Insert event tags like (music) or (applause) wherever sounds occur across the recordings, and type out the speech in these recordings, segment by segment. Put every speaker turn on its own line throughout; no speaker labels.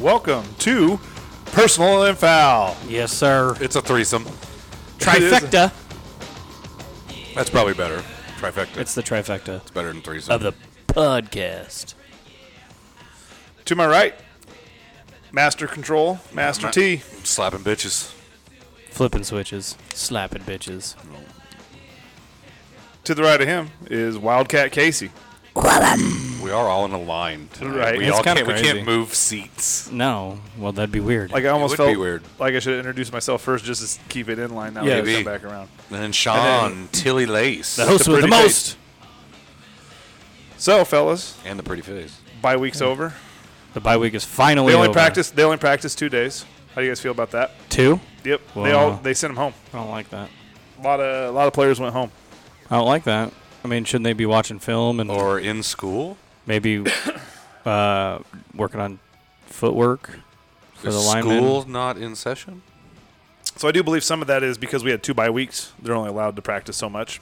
Welcome to Personal and Foul.
Yes, sir.
It's a threesome.
Trifecta.
That's probably better. Trifecta. It's
It's the trifecta
better than threesome.
of the podcast.
to my right, Master Control, Master T.
slapping bitches.
Flipping switches, slapping bitches.
To the right of him is Wildcat Casey.
We are all in a line. Tonight.
Right.
We
It's
all
kinda
can't. We
crazy.
can't move seats.
No, well, that'd be weird.
Like I almost
would
felt
be weird.
like I should have introduced myself first just to keep it in line. Now
Yeah.
yeah, we
Maybe.
come back around.
And then Sean Tilly Lace
the host
the
with the
pretty
most.
So, fellas,
and the pretty face.
bye week's over.
The bye week is finally
They only
over.
practice. They only practice two days. How do you guys feel about that?
two.
Yep. They all
Wow.
they sent them home.
I don't like that.
A lot of a lot of players went home.
I don't like that. I mean, shouldn't they be watching film and
Or in school
maybe uh, working on footwork for
Is
the linemen?
school not in session?
So I do believe some of that is because we had two bye weeks. They're only allowed to practice so much.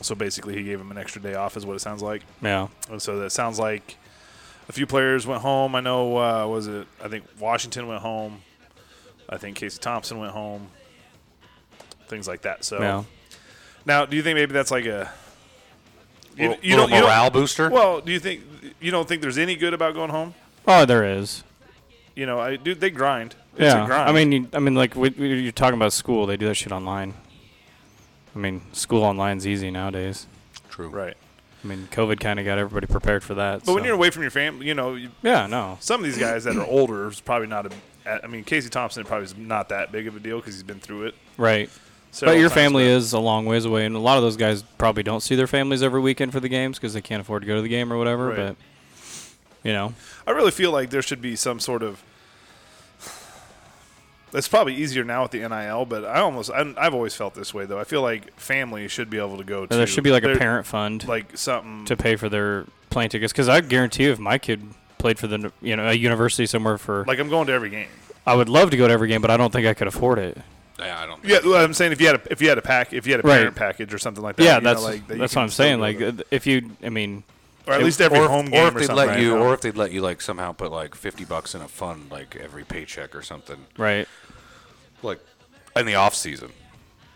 So basically, he gave him an extra day off, is what it sounds like.
Yeah.
And so that sounds like a few players went home. I know uh, was it? I think Washington went home. I think Casey Thompson went home. Things like that. So
Yeah.
now, do you think maybe that's like a you,
Little-
you
little
don't you don't-
morale booster.
well, do you think you don't think there's any good about going home?
Oh, there is.
You know, I dude, they grind. It's
yeah.
a grind.
I mean, you, I mean, like we, we, you're talking about school. They do that shit online. I mean, school online's easy nowadays.
True.
right.
I mean, COVID kind of got everybody prepared for that.
But when you're away from your family, you know, you,
yeah, no,
some of these guys that are older is probably not a. I mean, Casey Thompson probably is not that big of a deal because he's been through it.
right.
several
But your
times,
family is a long ways away, and a lot of those guys probably don't see their families every weekend for the games because they can't afford to go to the game or whatever.
Right.
But you know,
I really feel like there should be some sort of. It's probably easier now with the NIL, but I almost I, I've always felt this way though. I feel like family should be able to go. to
there should be like a
their-
parent fund
like something.
to pay for their plane tickets because I guarantee you, if my kid played for the you know a university somewhere for
like I'm going to every game.
I would love to go to every game, but I don't think I could afford it.
Yeah, I don't.
Yeah, well, I'm saying if you had a, if you had a pack if you had a
Right.
parent package or something like that.
yeah,
you know,
that's
like, that you
that's
can
what I'm
still
saying.
go
Like,
to.
uh, if you, I mean,
or at least every
or if-
home game
or if they'd
something.
let
right
you,
now.
or if they'd let you like somehow put like fifty bucks in a fund like every paycheck or something,
right?
like in the off season,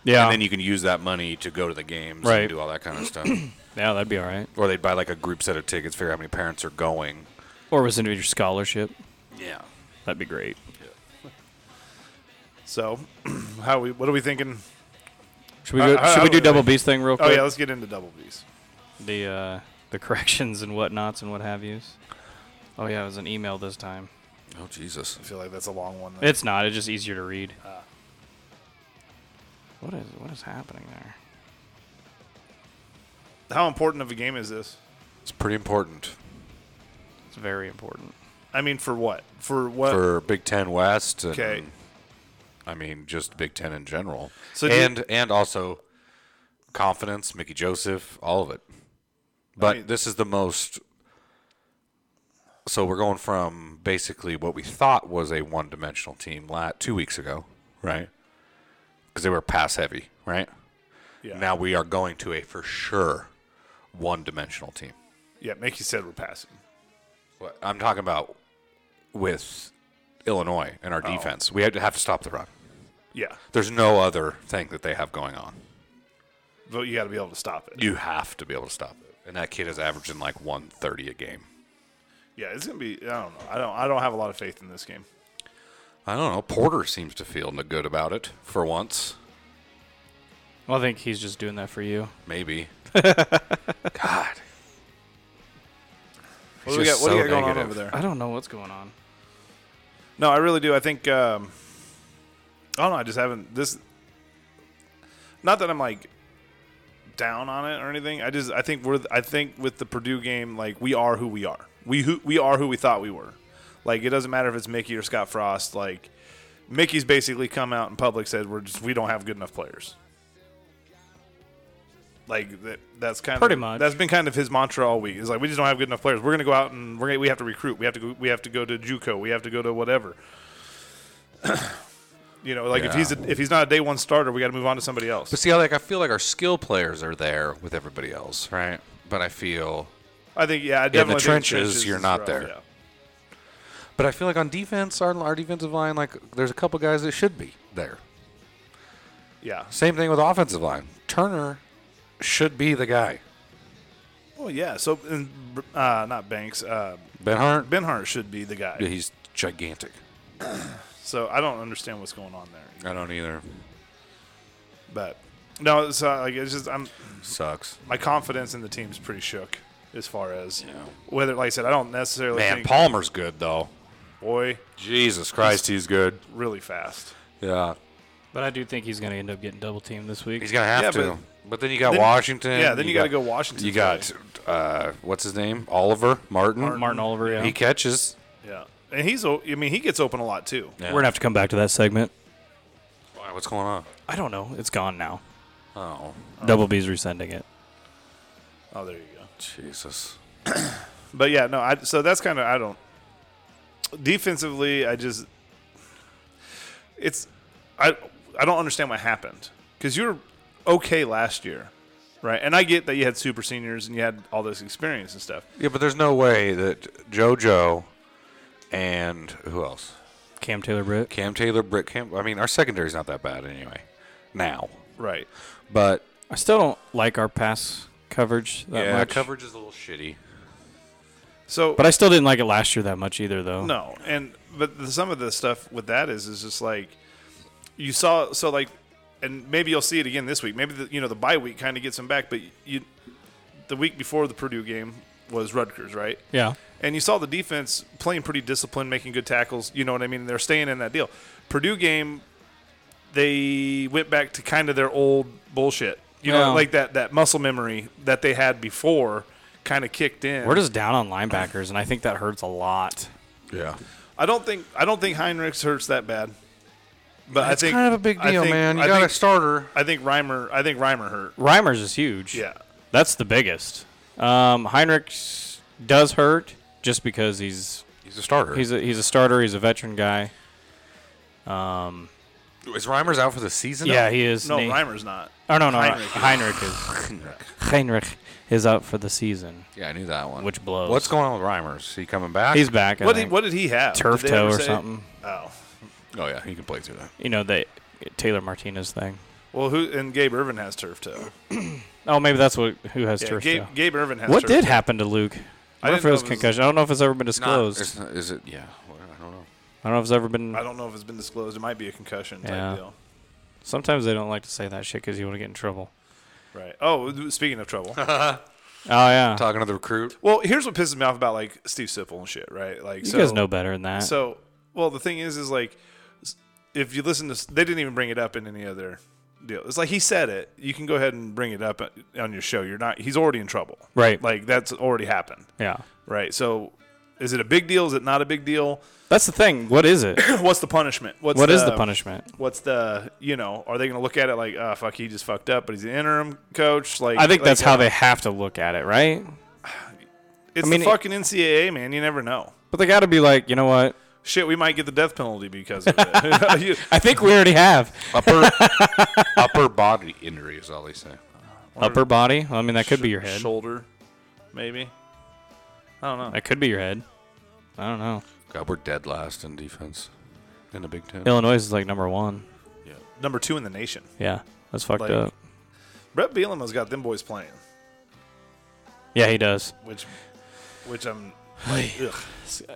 Yeah,
and then you can use that money to go to the games
Right.
and do all that kind of stuff.
yeah, that'd be all right.
or they'd buy like a group set of tickets, figure out how many parents are going.
Or was it your scholarship?
Yeah.
That'd be great.
(laughs) so, (clears throat) how we what are we thinking?
Should we
I-
go,
I-
should
I
we do
would-
double B's thing real
Oh
quick?
yeah, let's get into double B's.
the uh, the (laughs) corrections and whatnots and what have yous. Oh yeah, it was an email this time.
Oh Jesus.
I feel like that's a long one.
It's not. It's just easier to read.
Ah.
What is what is happening there?
How important of a game is this?
It's pretty important
It's very important.
I mean, for what? For what?
for Big Ten West. And,
Okay.
I mean, just Big Ten in general.
So do you-
and and also confidence, Mickey Joseph, all of it. But
mean-
this is the most. So we're going from basically what we thought was a one-dimensional team la two weeks ago, right? Because they were pass heavy, right?
Yeah.
Now we are going to a for sure one-dimensional team.
yeah, Mickey said we're passing.
What- I'm talking about with Illinois and our defense. We have to have to stop the run.
Yeah,
There's no other thing that they have going on.
but you got to be able to stop it.
You have to be able to stop it. And that kid is averaging like 130 a game.
Yeah, it's gonna be. I don't know. I don't. I don't have a lot of faith in this game.
I don't know. Porter seems to feel no good about it for once.
Well, I think he's just doing that for you.
Maybe. God,
What do we got?
just
What do you
so
got going on
negative.
over there?
I don't know what's going on.
No, I really do. I think um, I don't know. I just haven't this. Not that I'm like down on it or anything. I just I think we're I think with the Purdue game, like we are who we are. We who we are who we thought we were. Like it doesn't matter if it's Mickey or Scott Frost. Like Mickey's basically come out in public said we're just we don't have good enough players. Like that, that's kind
Pretty
of
much.
that's been kind of his mantra all week. Is like we just don't have good enough players. We're gonna go out and we're gonna, we have to recruit. We have to go, we have to go to JUCO. We have to go to whatever. you know, like if
Yeah.
he's a, if he's not a day one starter, we got to move on to somebody else.
But see, I like I feel like our skill players are there with everybody else, right? But I feel,
I think yeah, I definitely think
trenches, you're
is
not
rough,
there.
yeah.
but I feel like on defense, our, our defensive line, like there's a couple guys that should be there.
Yeah.
Same thing with offensive line. Turner should be the guy.
Well, yeah. So, and, uh, not Banks. Uh,
Ben Hart,
ben Hart should be the guy.
yeah, he's gigantic.
So I don't understand what's going on there.
I don't either.
But no, it's uh, like it's just I'm
Sucks.
my confidence in the team's pretty shook as far as whether, like I said, I don't necessarily
Man,
think
Palmer's good though.
boy
Jesus Christ, he's good.
really fast.
Yeah,
But I do think he's going to end up getting double teamed this week.
he's gonna have
Yeah,
to.
but-
But, then you got
Then-
Washington.
yeah, then you gotta go Washington
You got uh, what's his name? Oliver Martin.
Martin Oliver. Yeah.
He catches.
Yeah, and he's o- I mean he gets open a lot too.
We're gonna have to come back to that seggnment.
Why, What's going on?
I don't know. It's gone now.
Oh,
Double B's resending it.
Oh, there you go.
Jesus.
But yeah, no. I, so that's kind of I don't. Defensively, I just it's I I don't understand what happened because you were okay last year, right? And I get that you had super seniors and you had all this experience and stuff.
Yeah, but there's no way that JoJo and who else?
Cam Taylor Britt.
Cam Taylor, Britt Cam. I mean, our secondary's not that bad anyway. Now,
Right.
but
I still don't like our pass coverage that
yeah,
much.
coverage is a little shitty.
So
But I still didn't like it last year that much either, though.
No, and but the, some of the stuff with that is is just like you saw. So like, and maybe you'll see it again this week. Maybe the, you know the bye week kind of gets them back. But you, the week before the Purdue game was Rutgers, right?
Yeah.
And you saw the defense playing pretty disciplined, making good tackles. You know what I mean? They're staying in that deal. Purdue game, they went back to kind of their old bullshit. You
Yeah.
know, like that that muscle memory that they had before kind of kicked in.
We're just down on linebackers, and I think that hurts a lot.
Yeah,
I don't think I don't think Heinrichs hurts that bad. But I
that's
think
kind of a big
I
deal,
think-
man. You
I
got a
think,
starter.
I think Reimer. I think Reimer hurt.
Reimers is huge.
Yeah,
That's the biggest. Um, Heinrichs does hurt just because he's
He's a starter.
he's a, he's a starter. He's a veteran guy. Um,
is Reimers out for the season?
yeah, he is.
no,
Na-
Reimer's not.
Oh no, no,
Heinrich is.
Heinrich is. Heinrich is out for the season,
(laughs) Yeah, I knew that one.
which blows.
What's going on with Reimers? Is he coming back?
He's back. I
What did,
think.
what did he have?
Turf
Did they ever
toe or
say-
something.
Oh,
Oh yeah, he can play through that.
You know the Taylor Martinez thing.
well, who and Gabe Irvin has turf toe.
Oh, maybe that's what who has
Yeah,
turf
Gabe,
toe.
Gabe Irvin has.
What
turf
did
toe.
happen to Luke? I,
I
don't know
didn't
if it was
know it was-
concused. I don't know if it's ever been disclosed.
Not- it's not- is it? Yeah, well, I don't know.
I don't know if it's ever been.
I don't know if it's been disclosed. It might be a concussion type
Yeah.
deal.
Sometimes they don't like to say that shit because you want to get in trouble.
Right. Oh, th- speaking of trouble.
Oh yeah,
Talking to the recruit.
well, here's what pisses me off about like Steve Sipple and shit. Right. Like
you
so,
guys know better than that.
So, well, the thing is, is like, s- if you listen to, s- they didn't even bring it up in any other deal. It's like he said it. You can go ahead and bring it up uh, on your show. You're not. He's already in trouble.
Right.
Like that's already happened.
yeah,
Right. So, is it a big deal? Is it not a big deal? (clears throat)
that's the thing. What
(coughs)
is it?
What's the punishment? What's
What
the,
is the punishment?
What's the you know? Are they going to look at it like, oh fuck, he just fucked up, but he's the interim coach? Like,
I think
like,
that's
uh,
how they have to look at it, right?
It's
I mean,
the
it-
fucking NCAA, man. You never know.
But they got to be like, you know what?
Shit, we might get the death penalty because of
(laughs)
it. (laughs) You-
I think we already have
(laughs) Upper upper body injury is all they say.
upper body. Well, I mean, that could be your head.
shoulder, maybe. I don't know.
That could be your head. I don't know.
God, we're dead last in defense in the Big Ten.
Illinois is like number one.
Number two in the nation.
Yeah, that's fucked
Like-
up.
Brett Bielema's got them boys playing,
Yeah, he does.
which, which I'm like,
(sighs)
ugh,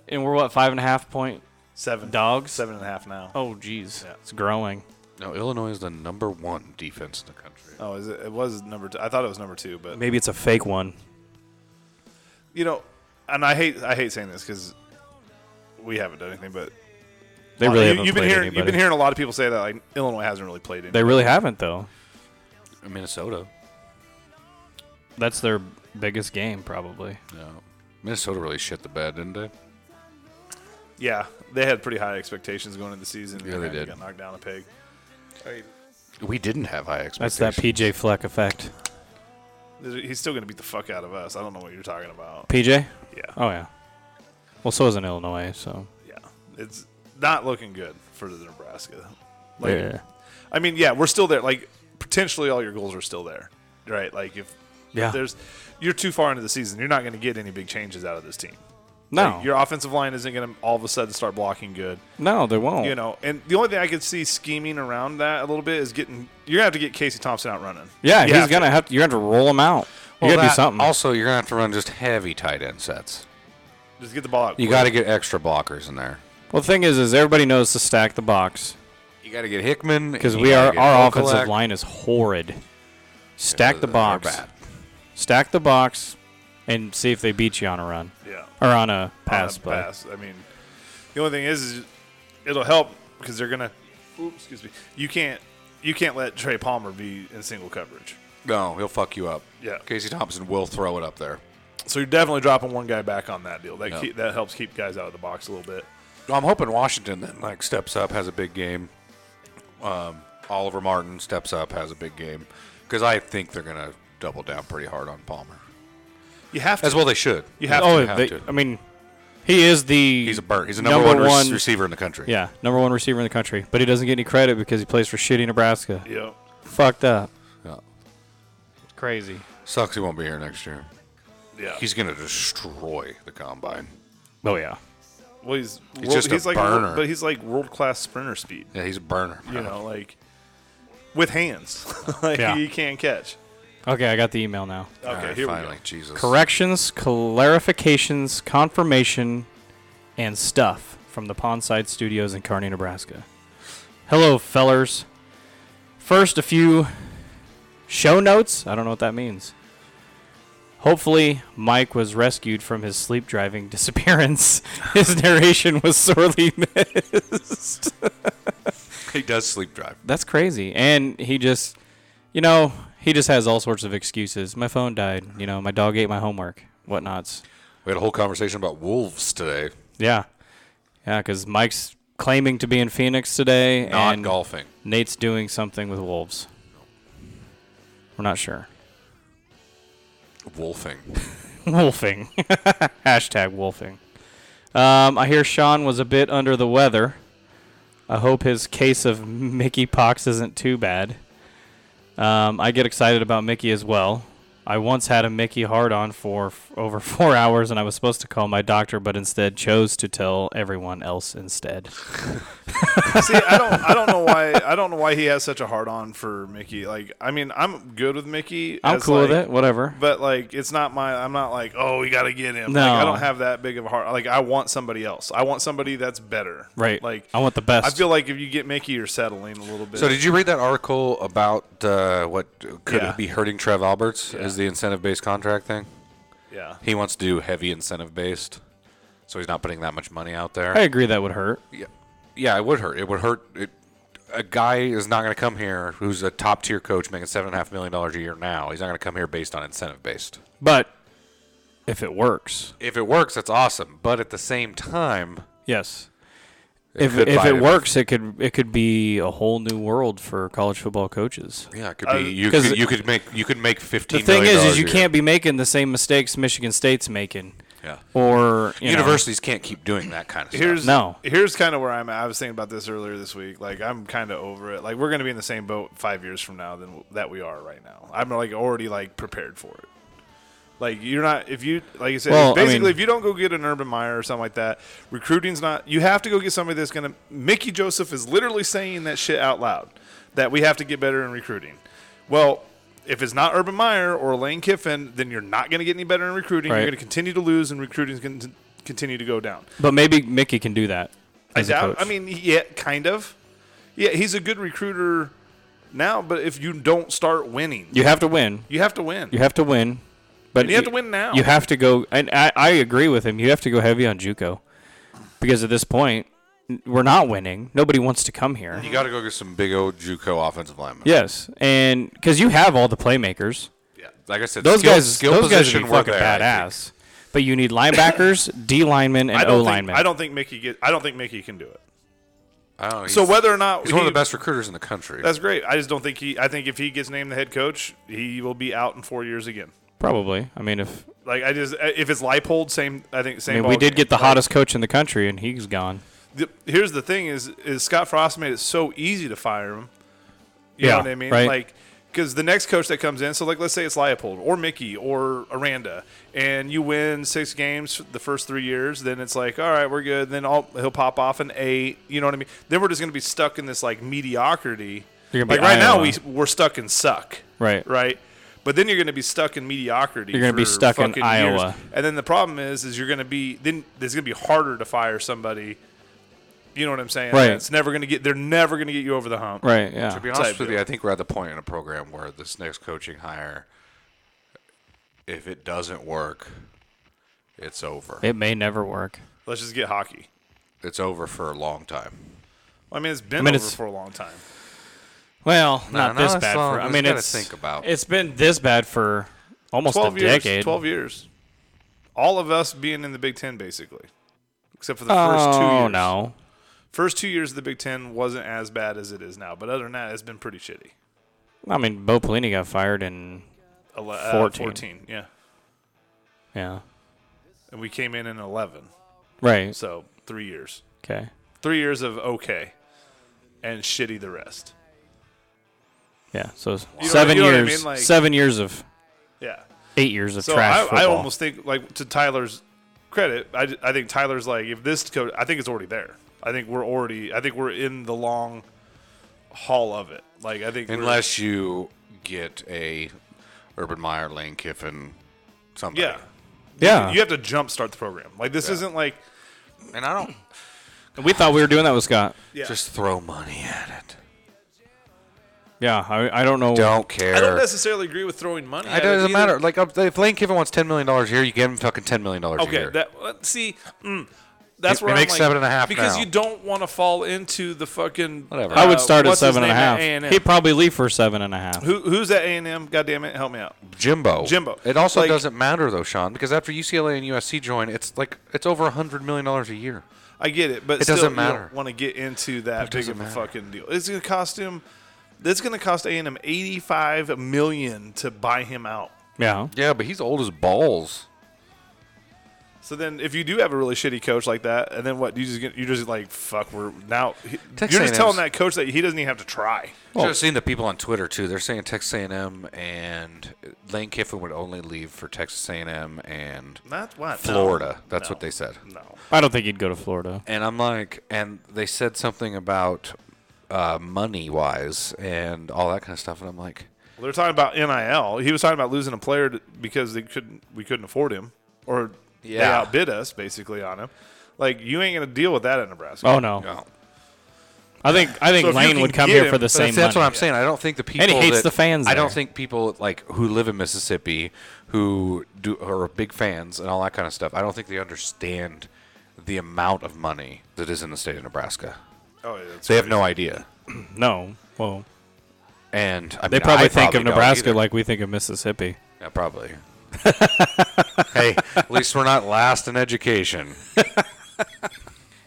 And we're what five and a half point?
seven
Dogs?
seven and a half now. Oh,
Oh, jeez,
Yeah.
it's growing.
No, Illinois is the number one defense in the country.
Oh, is it, it was number two. I thought it was number two, but
Maybe it's a fake one.
you know, and I hate I hate saying this because we haven't done anything, but
They really
you, have
haven't
been
played
hearing
anybody.
you've been hearing a lot of people say that like Illinois hasn't really played anybody.
They really haven't though.
Uh, Minnesota.
That's their biggest game probably.
No. Minnesota really shit the bed, didn't they?
yeah, they had pretty high expectations going into the season. and
Yeah, they
kinda
did.
Got knocked down a peg.
We didn't have high
That's
expectations.
that PJ Fleck effect.
He's still going to beat the fuck out of us. I don't know what you're talking about.
PJ?
Yeah,
Oh yeah. Well, so is in Illinois. So
yeah, it's not looking good for the Nebraska. Like, I mean, yeah, we're still there. Like potentially, all your goals are still there, right? Like if
yeah.
there's you're too far into the season, you're not going to get any big changes out of this team.
no,
Like, your offensive line isn't going to all of a sudden start blocking good.
no, they won't.
Oh.
You know, and the only thing I could see scheming around that a little bit is getting you're gonna have to get Casey Thompson out running.
yeah,
You
he's
have
gonna have to. You're gonna have to roll him out.
Well,
you gotta do
that-
something.
Also, you're gonna have to run just heavy tight end sets.
to just get the ball out.
You got to get extra blockers in there.
well, the thing is, is everybody knows to stack the box
You got to get Hickman
because
you
we
gotta
are
get
our
Vokalek.
offensive line is horrid. Stack the
They're
box.
bad.
Stack the box, and see if they beat you on a run
yeah
or on a
pass
pass play.
pass. I mean, the only thing is, is it'll help because they're gonna. Oops, excuse me. You can't you can't let Trey Palmer be in single coverage.
No, he'll fuck you up.
Yeah.
Casey Thompson will throw it up there.
So you're definitely dropping one guy back on that deal. That
Yeah.
keep, that helps keep guys out of the box a little bit.
Well, I'm hoping Washington then like steps up, has a big game. Um, Oliver Martin steps up, has a big game, because I think they're gonna double down pretty hard on Palmer.
You have to.
As well, they should.
You have
oh,
They have
they,
to.
I mean, he is the
He's a burn. He's a number, one, rec- receiver in the country.
Yeah, number one receiver in the country, but he doesn't get any credit because he plays for shitty Nebraska.
yeah.
Fucked up.
Yeah.
Crazy.
Sucks he won't be here next year.
Yeah.
He's gonna destroy the combine.
Oh yeah.
well, he's world,
just a
like
burner.
but he's like world class sprinter speed.
Yeah, he's a burner.
You
(laughs)
know, like with hands, (laughs) like
Yeah.
he can't catch.
Okay, I got the email now.
Okay, here
finally,
we go.
Jesus.
Corrections, clarifications, confirmation, and stuff from the Pondside Studios in Kearney, Nebraska. Hello, fellers. First, a few show notes. I don't know what that means. Hopefully, Mike was rescued from his sleep driving (laughs) disappearance. His narration was sorely (laughs) missed.
He does sleep drive.
That's crazy. And he just, you know, he just has all sorts of excuses. My phone died. You know, my dog ate my homework, whatnots.
We had a whole conversation about wolves today,
Yeah. Yeah, because Mike's claiming to be in Phoenix today,
not
and
golfing.
Nate's doing something with wolves. We're not sure. (laughs)
Wolfing.
wolfing. (laughs) Hashtag wolfing. Um, I hear Sean was a bit under the weather. I hope his case of Mickey pox isn't too bad. Um, I get excited about Mickey as well. I once had a Mickey hard on for f- over (laughs) four hours, and I was supposed to call my doctor, but instead chose to tell everyone else instead.
See, I don't, I don't know why, I don't know why he has such a hard on for Mickey. Like, I mean, I'm good with Mickey.
I'm
as,
cool with
like-
it. Whatever.
but like, it's not my. I'm not like, oh, we got to get him. Like,
No.
I don't have that big of a heart. Like, I want somebody else. I want somebody that's better.
Right.
Like,
I want the best.
I feel like if you get Mickey, you're settling a little bit.
So, did you read that article about uh, what could
Yeah.
be hurting Trev Alberts as the incentive-based contract thing?
yeah.
He wants to do heavy incentive-based, so he's not putting that much money out there.
I agree that would hurt.
Yeah, yeah, it would hurt. It would hurt. It, a guy is not going to come here who's a top-tier coach making seven and a half million dollars a year now. He's not going to come here based on incentive-based.
But if it works,
If it works, that's awesome. But at the same time,
Yes. If,
could
if
bite
it
him.
works, it could it could be a whole new world for college football coaches.
yeah, it could be you.
'cause
Could, you could make you could make fifteen.
Uh, The thing
million
is,
dollars
is you
a year.
can't be making the same mistakes Michigan State's making,
Yeah.
or you know,
Universities can't keep doing that kind of stuff.
Here's
No.
Here's kind of where I'm at. I was thinking about this earlier this week. Like I'm kind of over it. Like we're going to be in the same boat five years from now than that we are right now. I'm like already like prepared for it. Like you're not if you like you said
Well, I
basically
mean-
if you don't go get an Urban Meyer or something like that, recruiting's not. You have to go get somebody that's going to. Mickey Joseph is literally saying that shit out loud that we have to get better in recruiting. Well. If it's not Urban Meyer or Lane Kiffin, then you're not going to get any better in recruiting.
Right.
You're going to continue to lose, and recruiting's going to continue to go down.
But maybe Mickey can do that.
I
as a
doubt.
coach.
I mean, yeah, kind of. Yeah, he's a good recruiter now, but if you don't start winning,
you have to win.
you have to win.
You have to win. But
And you have to win now.
You have to go, and I, I agree with him. You have to go heavy on JUCO because at this point n- we're not winning. Nobody wants to come here.
You got to go get some big old JUCO offensive linemen.
Yes, and because you have all the playmakers,
Yeah. Like I said,
those
skill,
guys,
skill
those guys
position
are
were
fucking
there, I think.
badass. But you
(coughs)
need linebackers, D linemen, and
I
O
don't think,
linemen.
I don't think Mickey get. I don't think Mickey can do it.
I don't know,
So
he's-
whether or not
he's one of
he-
the best recruiters in the country.
that's great. I just don't think he. I think if he gets named the head coach, he will be out in four years again.
Probably. I mean, if
Like I just, if it's Leipold, same. I think same.
I mean, we
ballgame.
did get the
Like,
hottest coach in the country, and he's gone.
the- here's the thing: is is Scott Frost made it so easy to fire him. You
Yeah,
know what I mean?
right.
Like because the next coach that comes in, so like let's say it's Leopold or Mickey or Aranda, and you win six games the first three years, then it's like all right, we're good. Then all he'll pop off an eight. You know what I mean? Then we're just gonna be stuck in this like mediocrity.
You're
Like
gonna be
right now,
Iowa.
we we're stuck in suck.
Right.
Right. But then you're going to be stuck in mediocrity.
You're gonna be
for
stuck in
fucking
Iowa.
years. and then the problem is, is you're going to be then it's going to be harder to fire somebody you know what I'm saying?
Right.
It's never going to get. They're never going to get you over the hump.
Right. Yeah.
To be honest
type
with
deal.
you, I think we're at the point in a program where this next coaching hire, if it doesn't work, it's over.
It may never work.
Let's just get hockey.
It's over for a long time.
I mean, it's been
mean,
over
it's-
for a long time.
Well,
No,
not
no,
this
it's
bad
long.
for. I
It's
mean,
gotta
it's
think about.
It's been this bad for almost a
Twelve years.
decade.
Twelve years. All of us being in the Big Ten, basically, except for the
oh,
first two years.
no.
First two years of the Big Ten wasn't as bad as it is now, but other than that, it's been pretty shitty.
I mean, Bo Pelini got fired, and
Ele- uh,
14.
14, yeah,
yeah,
and we came in in eleven,
right.
so three years.
Okay.
Three years of okay, and shitty the rest.
Yeah. So
what-
seven
you know what I
years.
mean? Like-
seven years of
Yeah.
eight years of
So
trash
I,
football.
I almost think, like to Tyler's credit, I, I think Tyler's like if this coach, I think it's already there. I think we're already, I think we're in the long haul of it. Like I think we're-
Unless you get a Urban Meyer, Lane Kiffin, somebody.
yeah,
Uh.
yeah.
you have to jumpstart the program. Like this isn't like
And I don't
we thought we were doing that with Scott.
yeah.
just throw money at it.
Yeah. I, I don't know.
Don't care.
I don't necessarily agree with throwing money.
It
at
doesn't
either.
matter. Like uh, if Lane Kiffin wants ten million dollars a year, you give him fucking ten million dollars a
Okay,
year.
that uh, see, mm, that's
It-
where
it
I'm
makes
like,
seven and a half
because
now.
you don't want to fall into the fucking.
Whatever.
I
uh,
would start at
what's his
seven and a
name
half.
at A&M?
He'd probably leave for seven and a half.
Who, who's at A and M? God damn it, help me out.
Jimbo.
Jimbo.
It also
Like-
doesn't matter though, Sean, because after UCLA and USC join, it's like it's over hundred million dollars a year.
I get it, but
It
still,
doesn't
You
matter.
don't want to get into that big
doesn't
of a
matter.
fucking deal. It's gonna cost him. It's gonna cost A and M eighty five million to buy him out.
Yeah.
Yeah, but he's old as balls.
So then, if you do have a really shitty coach like that, and then what? You just get, you just like fuck. We're now. he-
Texas
you're just
A&M's
telling that coach that he doesn't even have to try.
Should have seen the people on Twitter too. They're saying Texas A&M and Lane Kiffin would only leave for Texas A&M and
Not what No.
Florida. That's
No.
what they said.
No.
I don't think he'd go to Florida.
And I'm like, and they said something about uh, money wise and all that kind of stuff. And I'm like,
Well, they're talking about nil. He was talking about losing a player to, because they couldn't. We couldn't afford him, or they
Yeah.
outbid us basically on him. Like you ain't gonna deal with that in Nebraska.
Oh no. I think I think
So if you
Lane
can
would come
get
here
him-
for the
that's-
same
that's, that's what
money.
I'm saying. I don't think the people
he hates
that-
the fans
I
there.
don't think people like who live in Mississippi who do are big fans and all that kind of stuff. I don't think they understand the amount of money that is in the state of Nebraska.
Oh, yeah, that's
They have no idea.
No. Well,
And I
they
mean,
probably
I
think of
don't
Nebraska
either.
like we think of Mississippi.
yeah, probably. (laughs) hey, at least we're not last in education.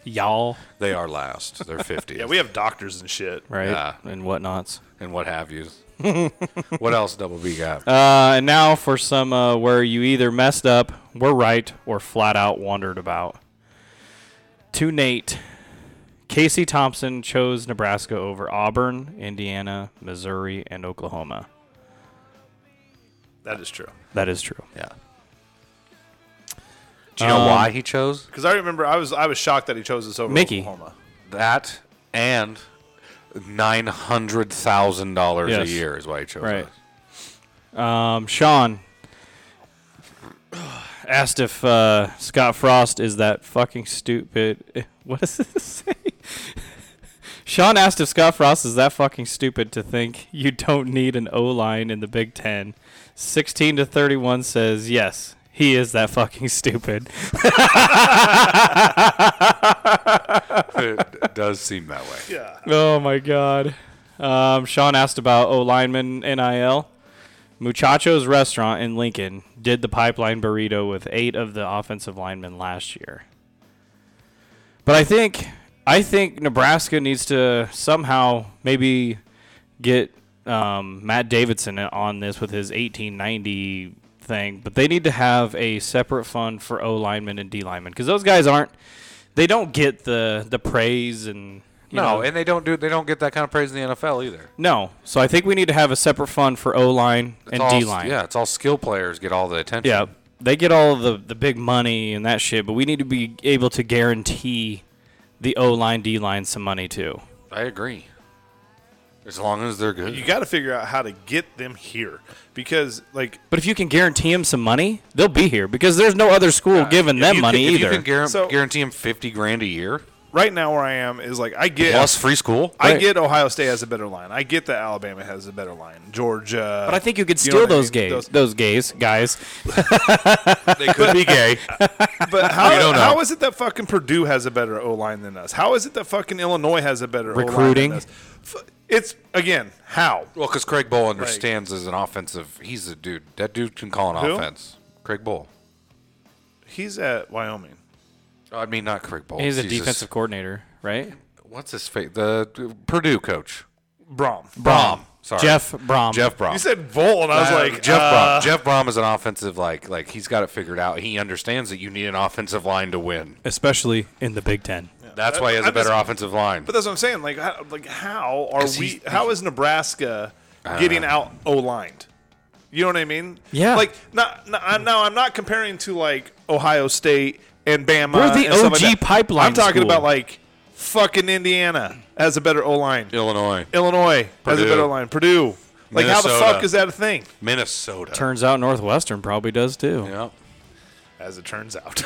Y'all,
They are last. They're 50.
yeah. We have doctors and shit.
right?
Yeah.
And whatnots.
and what have you. (laughs) what else double B got?
Uh, and now for some uh, where you either messed up, were right, or flat out wondered about. To Nate, Casey Thompson chose Nebraska over Auburn, Indiana, Missouri, and Oklahoma.
That is true.
That is true.
yeah. Do you know
Um,
why he chose
Because I remember I was I was shocked that he chose us over
Mickey.
Oklahoma.
that and nine hundred thousand dollars
Yes.
a year is why he chose
Right.
us.
Um, Sean (sighs) asked if uh, (laughs) Scott Frost is that fucking stupid. What does this say? Sean asked if Scott Frost is that fucking stupid to think you don't need an O line in the Big Ten. 16 to 31 says yes. He is that fucking (laughs) stupid. (laughs)
it does seem that way.
Yeah.
Oh my god. Um, Sean asked about O lineman NIL. Muchacho's restaurant in Lincoln did the pipeline burrito with eight of the offensive linemen last year. But I think I think Nebraska needs to somehow maybe get um, Matt Davidson on this with his 1890 thing, but they need to have a separate fund for O linemen and D linemen because those guys aren't they don't get the the praise and you
no,
know,
and they don't do they don't get that kind of praise in the NFL either.
no. So I think we need to have a separate fund for O line
It's
and
all-
D line.
Yeah, it's all skill players get all the attention.
Yeah. They get all of the, the big money and that shit, but we need to be able to guarantee the O line, D line some money too.
I agree. As long as they're good.
You got to figure out how to get them here because, like,
But if you can guarantee them some money, they'll be here because there's no other school giving
If
them
you
money
can, If
either.
you can guaran-
So-
guarantee them fifty grand a year
right now where I am is like I get
plus free school,
I
Right.
get Ohio State has a better line. I get that Alabama has a better line. Georgia.
but I think you could
You
steal
know what I
those
mean?
gays,
Those-
those gays, guys.
they could be gay. (laughs)
But how,
don't know.
how is it that fucking Purdue has a better O line than us? How is it that fucking Illinois has a better
Recruiting?
O line than us? F- It's again how
Well, because Craig Bull understands as an offensive. He's a dude. That dude can call an
Who?
offense. Craig Bull.
he's at Wyoming.
I mean, not Craig Bull.
He's a
Oh, Jesus.
defensive coordinator, right?
What's his face? The Purdue coach.
Brom.
Brom. Sorry.
Jeff Brom.
Jeff Brom.
You said Vol, and I was
Uh,
like,
Jeff
uh,
Brom. Jeff Brom is an offensive like like he's got it figured out. He understands that you need an offensive line to win.
especially in the Big Ten.
That's why he has a
I'm just-
better offensive line.
But that's what I'm saying. Like, how, like how are
'Cause
we?
he's-
How is Nebraska getting out O lined? You know what I mean?
Yeah.
Like, not, not I'm, now I'm not comparing to like Ohio State and Bama.
We're the
and stuff
OG
like that.
pipeline
I'm talking
school.
about like fucking Indiana has a better O line.
Illinois,
Illinois has a
Purdue.
better line. Purdue. Like, how the
Minnesota.
fuck is that a thing?
Minnesota.
Turns out Northwestern probably does too.
Yeah.
As it turns out.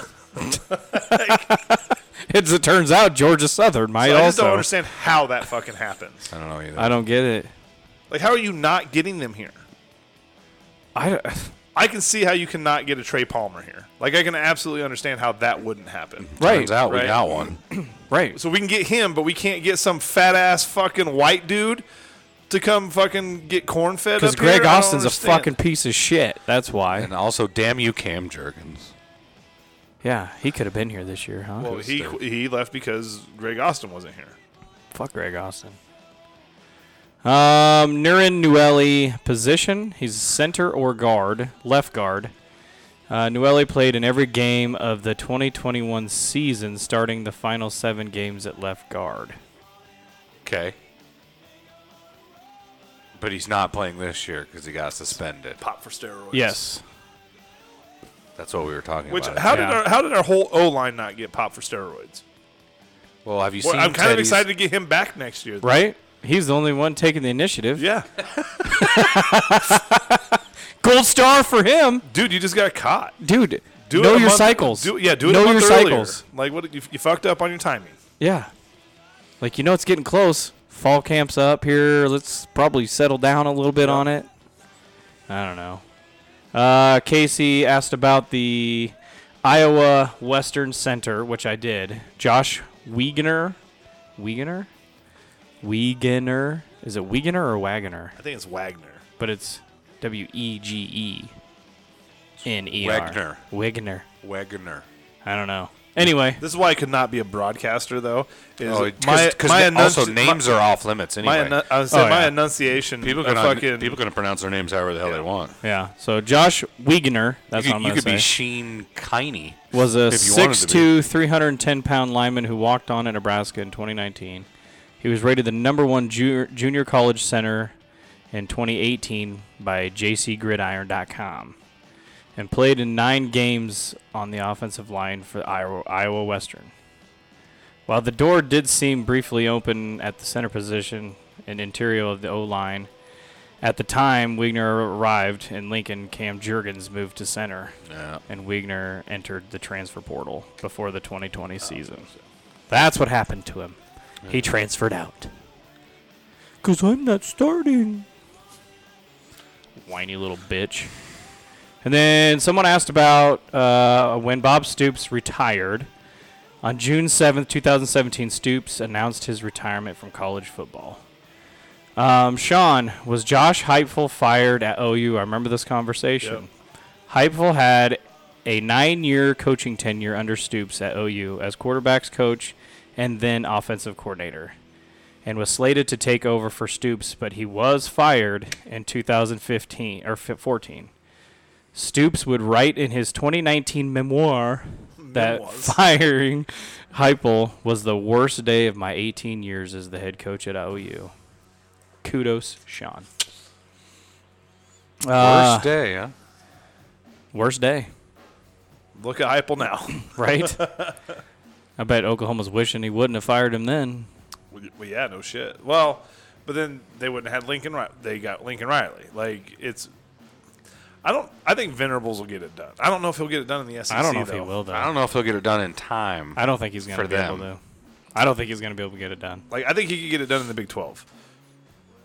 It's, it turns out Georgia Southern
(laughs)
might
I
also.
just don't understand how that fucking happens.
I don't know either.
I don't get it.
Like, how are you not getting them here?
I,
I can see how you cannot get a Trey Palmer here. Like, I can absolutely understand how that wouldn't happen.
(sighs) right,
Turns out
right.
we got one.
right.
So we can get him, but we can't get some fat ass fucking white dude to come fucking get corn fed.
Because
up
Greg
here? I don't
Austin's a
understand.
fucking piece of shit. That's why.
And also, damn you, Cam Jurgens.
Yeah, he could have been here this year, huh?
Well, he he left because Greg Austin wasn't here.
Fuck Greg Austin. Um, Nurin Nueli position. He's center or guard, left guard. Uh, Nueli played in every game of the 2021 season, starting the final seven games at left guard.
Okay. But he's not playing this year because he got suspended.
Pop for steroids.
Yes.
That's what we were talking
Which
about.
how did
Yeah.
our how did our whole O line not get popped for steroids?
well, have you
Well,
seen?
I'm kind of
Teddy's-
excited to get him back next year.
Right? He's the only one taking the initiative.
Yeah,
Gold star for him.
dude, you just got caught.
Dude,
Do
know
it a
your
month-
cycles.
Do, yeah, do it.
Know
a
your
month earlier.
cycles.
Like what you, you fucked up on your timing.
Yeah. Like you know it's getting close. Fall camp's up here. Let's probably settle down a little bit on it. I don't know. Uh, Casey asked about the Iowa Western Center, which I did. Josh Wegener. Wegener? Wegener. Is it Wegener or Wagoner?
I think it's Wagner.
But it's W E G E N E R.
Wagner.
Wegener.
Wagner.
I don't know. Anyway,
This is why I could not be a broadcaster though. Is
Oh,
my,
because
my
also
enunci-
names
my,
are off limits anyway.
my, enun- I was saying,
Oh,
my
yeah.
enunciation.
people
People
can
fucking
people can pronounce their names however the hell they want.
yeah. So Josh Wegener, that's
you could,
what I'm
you
going to
could
say.
be Sheen Kiney.
was a
if you wanted to
6'2", 310 pound lineman who walked on at Nebraska in 2019. He was rated the number one ju- junior college center in 2018 by jcgridiron.com and played in nine games on the offensive line for Iowa, Iowa Western. While the door did seem briefly open at the center position and interior of the O line, at the time Wigner arrived in Lincoln, Cam Jurgens moved to center
Yeah.
and Wigner entered the transfer portal before the 2020 season. That's what happened to him. He transferred out. Cause I'm not starting. Whiny little bitch. And then someone asked about uh, when Bob Stoops retired. On June seventh, two 2017, Stoops announced his retirement from college football. Um, Sean, was Josh Heupful fired at OU? I remember this conversation. Heupful had a nine-year coaching tenure under Stoops at OU as quarterbacks coach and then offensive coordinator, and was slated to take over for Stoops, but he was fired in 2015 or fi- 14. Stoops would write in his 2019 memoir that
Memoirs.
(laughs) firing Heupel was the worst day of my 18 years as the head coach at OU. Kudos, Sean. Uh,
Worst day, huh?
worst day.
Look at Heupel now. (laughs)
right? I bet Oklahoma's wishing he wouldn't have fired him then.
Well, y- well, yeah, no shit. Well, but then they wouldn't have had Lincoln. Ri- They got Lincoln Riley. Like it's. I don't. I think Venerables will get it done. I don't know if he'll get it done in the SEC.
I don't know if he
though.
will though.
I don't know if he'll get it done in time.
I don't think he's gonna
For
be able
them.
to. I don't think he's gonna be able to get it done.
Like I think he could get it done in the Big Twelve.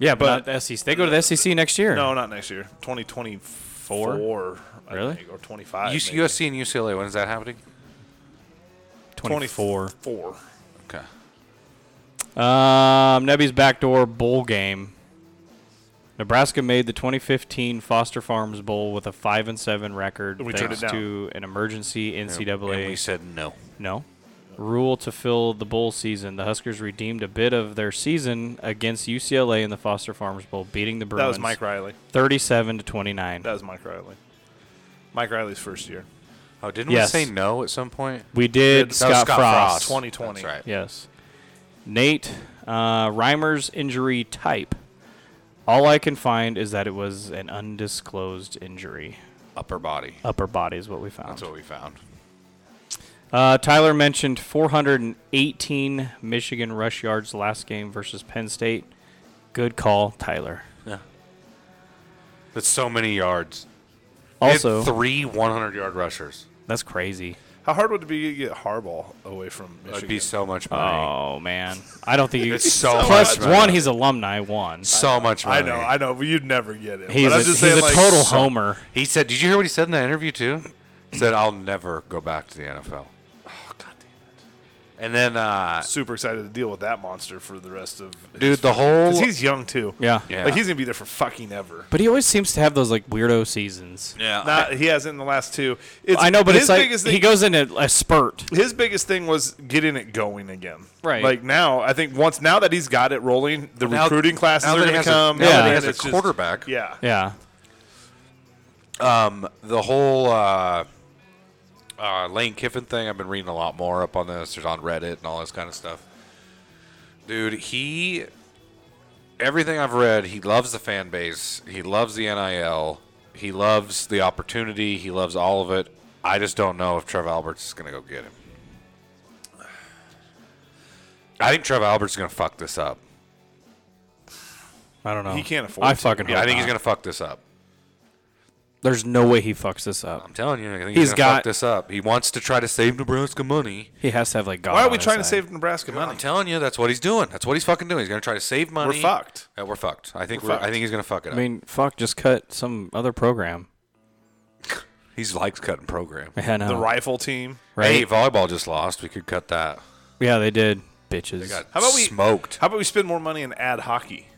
Yeah, but,
But-
not the SEC. They go to the SEC next year.
No, not next year. Twenty twenty four.
Really?
or twenty five?
UC, USC and UCLA. When is that happening?
twenty
24.
Four.
Okay.
Um, Nebby's backdoor bowl game. Nebraska made the 2015 Foster Farms Bowl with a five and seven record
And we turned
thanks
it down.
to an emergency NCAA.
And we said no.
No. Rule to fill the bowl season. The Huskers redeemed a bit of their season against UCLA in the Foster Farmers Bowl, beating the Bruins
That was Mike Riley.
37 to 29.
That was Mike Riley. Mike Riley's first year.
Oh, didn't
Yes.
we say no at some point?
We did
That was
Scott,
Scott
Frost.
Frost.
2020.
That's right.
Yes. Nate, uh, Reimer's injury type. All I can find is that it was an undisclosed injury.
Upper body.
Upper body is what we found.
That's what we found.
Uh, Tyler mentioned 418 Michigan rush yards last game versus Penn State. Good call, Tyler.
Yeah. That's so many yards. They had
Also,
three 100 yard rushers.
That's crazy.
How hard would it be to get Harbaugh away from
That would
Michigan?
be so much money.
Oh man, I don't think you.
it's so
Plus
much money.
one, he's alumni. One,
so much money.
I know, I know, but you'd never get it.
he's
but
a,
I'm just
he's
saying,
a
like,
total homer.
He said, "Did you hear what he said in that interview too?" He said, "I'll never go back to the NFL." Oh god damn it! And then, uh,
super excited to deal with that monster for the rest of his-
dude, the whole
'Cause he's young too.
Yeah.
Yeah.
Like he's gonna be there for fucking ever.
but he always seems to have those like weirdo seasons.
yeah,
Not he hasn't in the last two. It's,
I know, but
his
it's like
biggest
he
thing,
goes in a, a spurt.
his biggest thing was getting it going again.
Right.
Like now, I think once now that he's got it rolling, the
Now-
recruiting classes
now
are
that he
gonna
has a-
come.
now that he
and
has a
it's just-
quarterback.
yeah.
Yeah,
the whole uh, uh, Lane Kiffin thing. I've been reading a lot more up on this. There's on Reddit and all this kind of stuff. Dude, he everything I've read, he loves the fan base. He loves the NIL. He loves the opportunity. He loves all of it. I just don't know if Trev Alberts is going to go get him. I think Trev Alberts is going to fuck this up.
I don't know.
He can't afford
I
to.
fucking.
Yeah, I
hope
think he's
not.
going to fuck this up.
There's no way he fucks this up.
I'm telling you, I think
He's
he's, going to
got-
fuck this up. He wants to try to save Nebraska money.
He has to have like God.
Why are
on
we
his
trying to
side.
save Nebraska money?
I'm telling you, that's what he's doing. That's what he's fucking doing. He's gonna try to save money.
We're fucked.
Yeah, we're fucked. I think
We're
we're
fucked.
I think he's gonna fuck it
I
up.
mean, fuck. Just cut some other program. (laughs)
he likes cutting program.
Yeah, no.
The rifle team.
(laughs) right?
Hey, volleyball just lost. We could cut that.
Yeah, they did. Bitches.
Got
How about we-
smoked?
How about we spend more money and add hockey?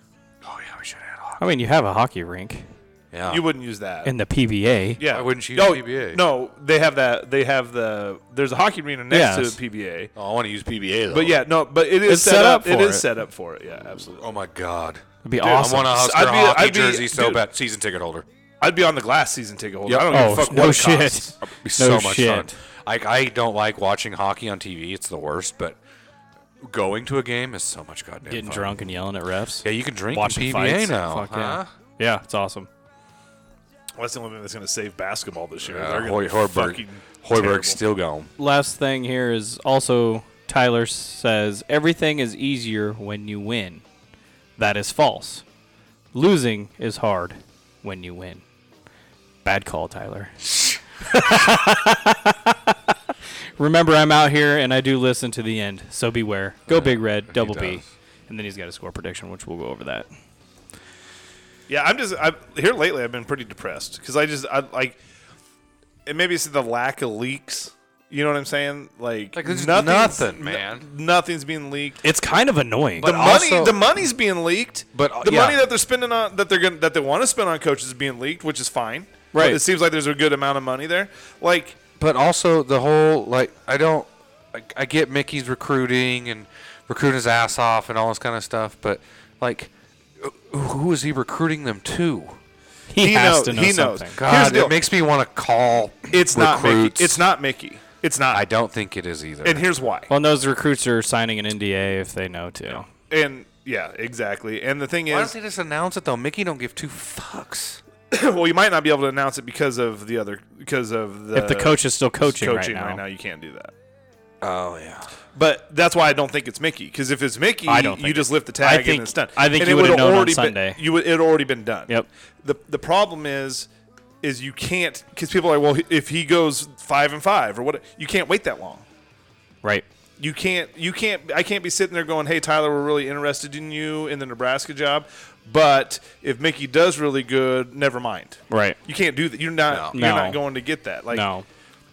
oh yeah, we should add hockey.
I mean, you have a hockey rink
Yeah,
You wouldn't use that.
in the PBA.
yeah.
Ah. Why wouldn't you use
no,
PBA?
No, they have that. They have the. There's a hockey arena next
Yes.
to the PBA.
Oh, I want to use PBA though.
But yeah, no, but it is
It's
set,
set
up.
up
it
for
is
it.
set up for it. Yeah, absolutely.
Oh my god.
It'd be
Dude, I
awesome.
I want a Husker
I'd be-
hockey
I'd be-
jersey so
dude.
bad. Season ticket
(laughs)
holder.
I'd be on the glass season ticket holder. I don't
Oh,
give a fuck
no
what it
shit.
costs.
It'd be
No
so much fun.
shit.
Like I don't like watching hockey on TV. It's the worst. But going to a game is so much goddamn
Getting
fun.
drunk and yelling at refs.
Yeah, you can drink in
Watching
PBA
fights.
now.
Fuck
huh?
yeah. Yeah, it's awesome.
That's the only thing that's going to save basketball this year.
Uh,
They're gonna
Hoy-
be
Hoiberg,
fucking terrible.
Hoiberg's still gone.
Last thing here is also Tyler says everything is easier when you win. That is false. Losing is hard when you win. Bad call, Tyler. (laughs) Remember, I'm out here and I do listen to the end, so beware. Go
Yeah,
Big Red,
he
double B.
does.
And then he's got a score prediction, which we'll go over that.
Yeah, I'm just I here lately. I've been pretty depressed because I just I like, and maybe it's the lack of leaks. You know what I'm saying? Like,
Like, there's
nothing's-
nothing,
no-
man.
nothing's being leaked.
It's kind of annoying.
the
But
money,
also-
the money's being leaked.
But, uh,
the
yeah.
money that they're spending on that they're gonna that they want to spend on coaches is being leaked, which is fine. But
Right.
it seems like there's a good amount of money there. Like,
but also the whole like I don't I, I get Mickey's recruiting and recruiting his ass off and all this kind of stuff, but like who, who is he recruiting them to?
(laughs) he,
he
has
knows.
to know
he knows.
something.
Here's
God,
the deal.
it makes me want to call.
it's not
recruits.
Mickey. It's not Mickey. It's not.
I don't think it is either.
and here's why.
Well, and those recruits are signing an NDA if they know to.
And yeah, exactly. And the thing
Why
is,
don't they just announce it though? Mickey don't give two fucks.
well, you might not be able to announce it because of the other because of the
if the coach is still coaching, right, now,
You can't do that.
Oh yeah.
But that's why I don't think it's Mickey. Because if it's Mickey,
I don't
you
think
just lift the
I
tag
think-
and it's done.
I think
and
you
it
would've
would've
known on
already
Sunday.
Been, you would it had already been done.
Yep.
The the problem is is you can't because people are like, well, if he goes five and five or what, you can't wait that long.
right?
You can't. You can't. I can't be sitting there going, "Hey, Tyler, we're really interested in you in the Nebraska job." But if Mickey does really good, never mind.
Right.
You can't do that. You're not.
No.
You're
No.
not going to get that. Like,
no,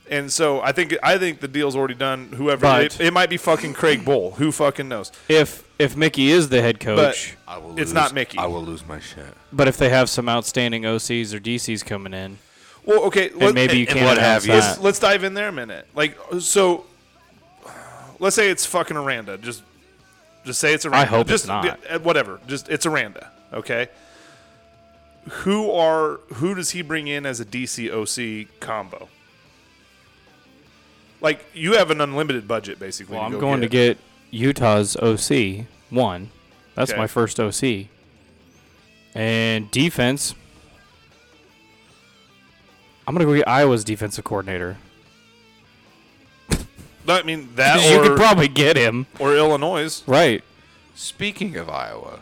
and so I think I think the deal's already done. Whoever it,
But-
it might be, fucking Craig Bull. Who fucking knows?
if if Mickey is the head
But
coach,
I will
It's not Mickey.
I will lose my shit.
but, if they have some outstanding OCs or DCs coming in,
Well, okay.
and maybe you can't
what
announce
have you.
that.
let's, let's dive in there a minute. Like, so let's say it's fucking Aranda. Just just say it's Aranda.
hope it's
just,
not.
uh, Whatever. Just it's Aranda. Okay. Who are who does he bring in as a DC OC combo? Like you have an unlimited budget basically.
Well,
to
I'm
go
going to get Utah's OC one. That's
Okay.
my first OC. And defense, I'm gonna go get Iowa's defensive coordinator.
No, I mean that
'Cause (laughs) you
or,
could probably get him,
or Illinois.
right?
Speaking of Iowa,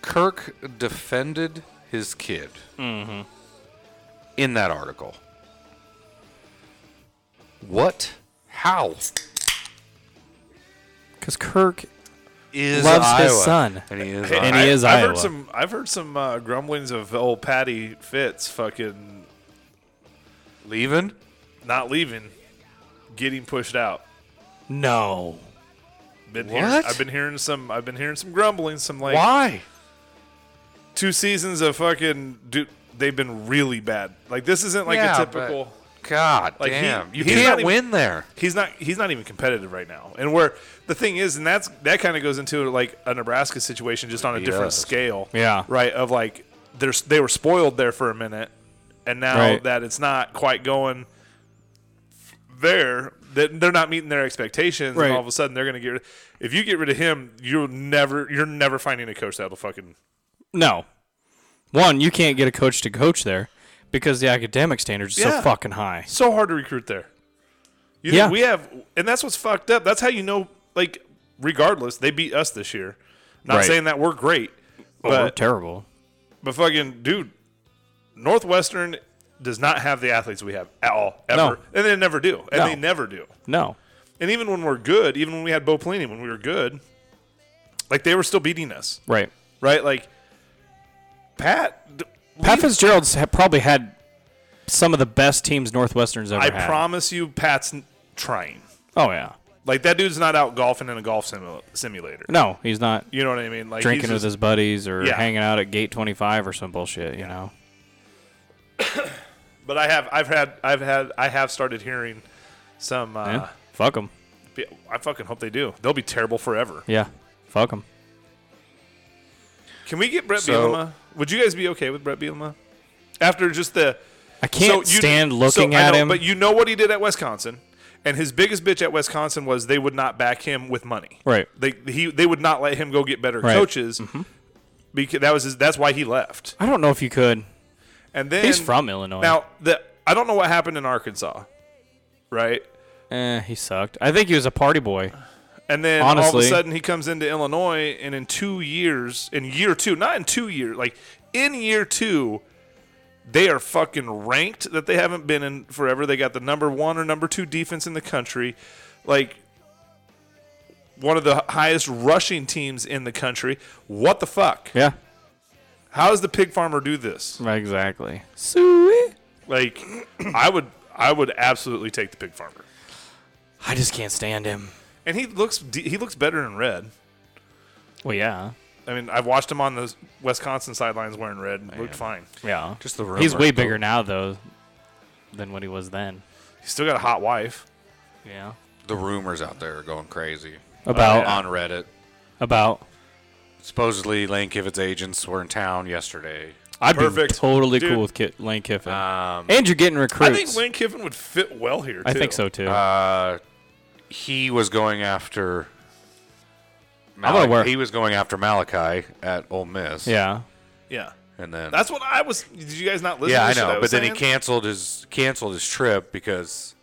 Kirk defended his kid in that article. What? How
Because Kirk,
is
Loves
Iowa?
his son.
and he is.
Hey,
And
Iowa.
he is
I've
Iowa.
Heard some, I've heard some uh, grumblings of old Patty Fitz fucking
leaving.
not leaving, getting pushed out.
no,
Been hearing-
What?
I've been hearing some. I've been hearing some grumbling. Some like
Why?
two seasons of fucking. Dude, they've been really bad. Like this isn't like
Yeah,
a typical.
but- God
Like, he-
damn! you
he's
can't
not even-
win there.
He's not. He's not even competitive right now. And where the thing is, and that's that kind of goes into like a Nebraska situation, just on a
He
different
does.
scale.
Yeah.
Right. Of like, there's they were spoiled there for a minute, and now
Right.
that it's not quite going there, that they're not meeting their expectations,
Right.
and all of a sudden they're going to get. rid- If you get rid of him, you're never you're never finding a coach that'll fucking.
no. One, you can't get a coach to coach there because the academic standards are so
Yeah.
fucking high.
so hard to recruit there. You
Yeah.
know, we have, and that's what's fucked up. That's how you know, like, regardless, they beat us this year. Not
Right.
saying that Oh, we're great,
But we're
but
terrible.
but fucking dude, Northwestern does not have the athletes we have at all
No.
ever, and they never do, and
No.
they never do.
No,
And even when we're good, even when we had Bo Pelini, when we were good, like they were still beating us,
right?
right? Like Pat, d-
Pat
leave-
Fitzgerald's ha- probably had some of the best teams Northwestern's ever
I
had.
promise you, Pat's n- trying.
oh yeah.
Like that dude's not out golfing in a golf simu- simulator.
No, he's not
You know what I mean? Like
drinking
he's
with his buddies or
Yeah.
hanging out at gate 25 or some bullshit, you know.
But I have, I've had, I've had, I have started hearing some.
Yeah.
Uh,
Fuck him.
be- I fucking hope they do. They'll be terrible forever.
Yeah. Fuck him.
Can we get Brett
So-
Bielema? Would you guys be okay with Brett Bielema after just the?
I can't
so you-
stand
so
looking
I
at
know,
him.
But you know what he did at Wisconsin, and his biggest bitch at Wisconsin was they would not back him with money.
Right.
They he they would not let him go get better
Right. Mm-hmm.
coaches. Because that was his, that's why he left.
I don't know if you could.
And then
He's from Illinois.
Now the I don't know what happened in Arkansas, right?
eh, he sucked. I think he was a party boy.
And then all
Honestly.
of a sudden he comes into Illinois, and in two years, in year two, not in two years, like in year two, They are fucking ranked that they haven't been in forever. They got the number one or number two defense in the country, like one of the highest rushing teams in the country. What the fuck?
Yeah.
How does the pig farmer do this?
Right, exactly. Suey.
Like, I would, I would absolutely take the pig farmer.
I just can't stand him.
And he looks, he looks better in red.
Well, yeah.
I mean, I've watched him on the Wisconsin sidelines wearing red. Looked fine.
Yeah.
Just the rumor.
He's way bigger now, though, than what he was then.
He's still got a hot wife.
Yeah.
The rumors out there are going crazy
About,
Oh, yeah.
on Reddit.
about,
Supposedly, Lane Kiffin's agents were in town yesterday.
I'd
Perfect.
be totally
Dude.
cool with Ki- Lane Kiffin.
Um,
and you're getting recruits.
I think Lane Kiffin would fit well here. Too.
I think so, too.
uh, he was going after.
gonna
Mala-
work.
He was going after Malachi at Ole Miss.
yeah.
Yeah,
and then
that's what I was. Did you guys not listen?
yeah,
to
I
the shit
know. but
was
then he
saying?
canceled his canceled his trip because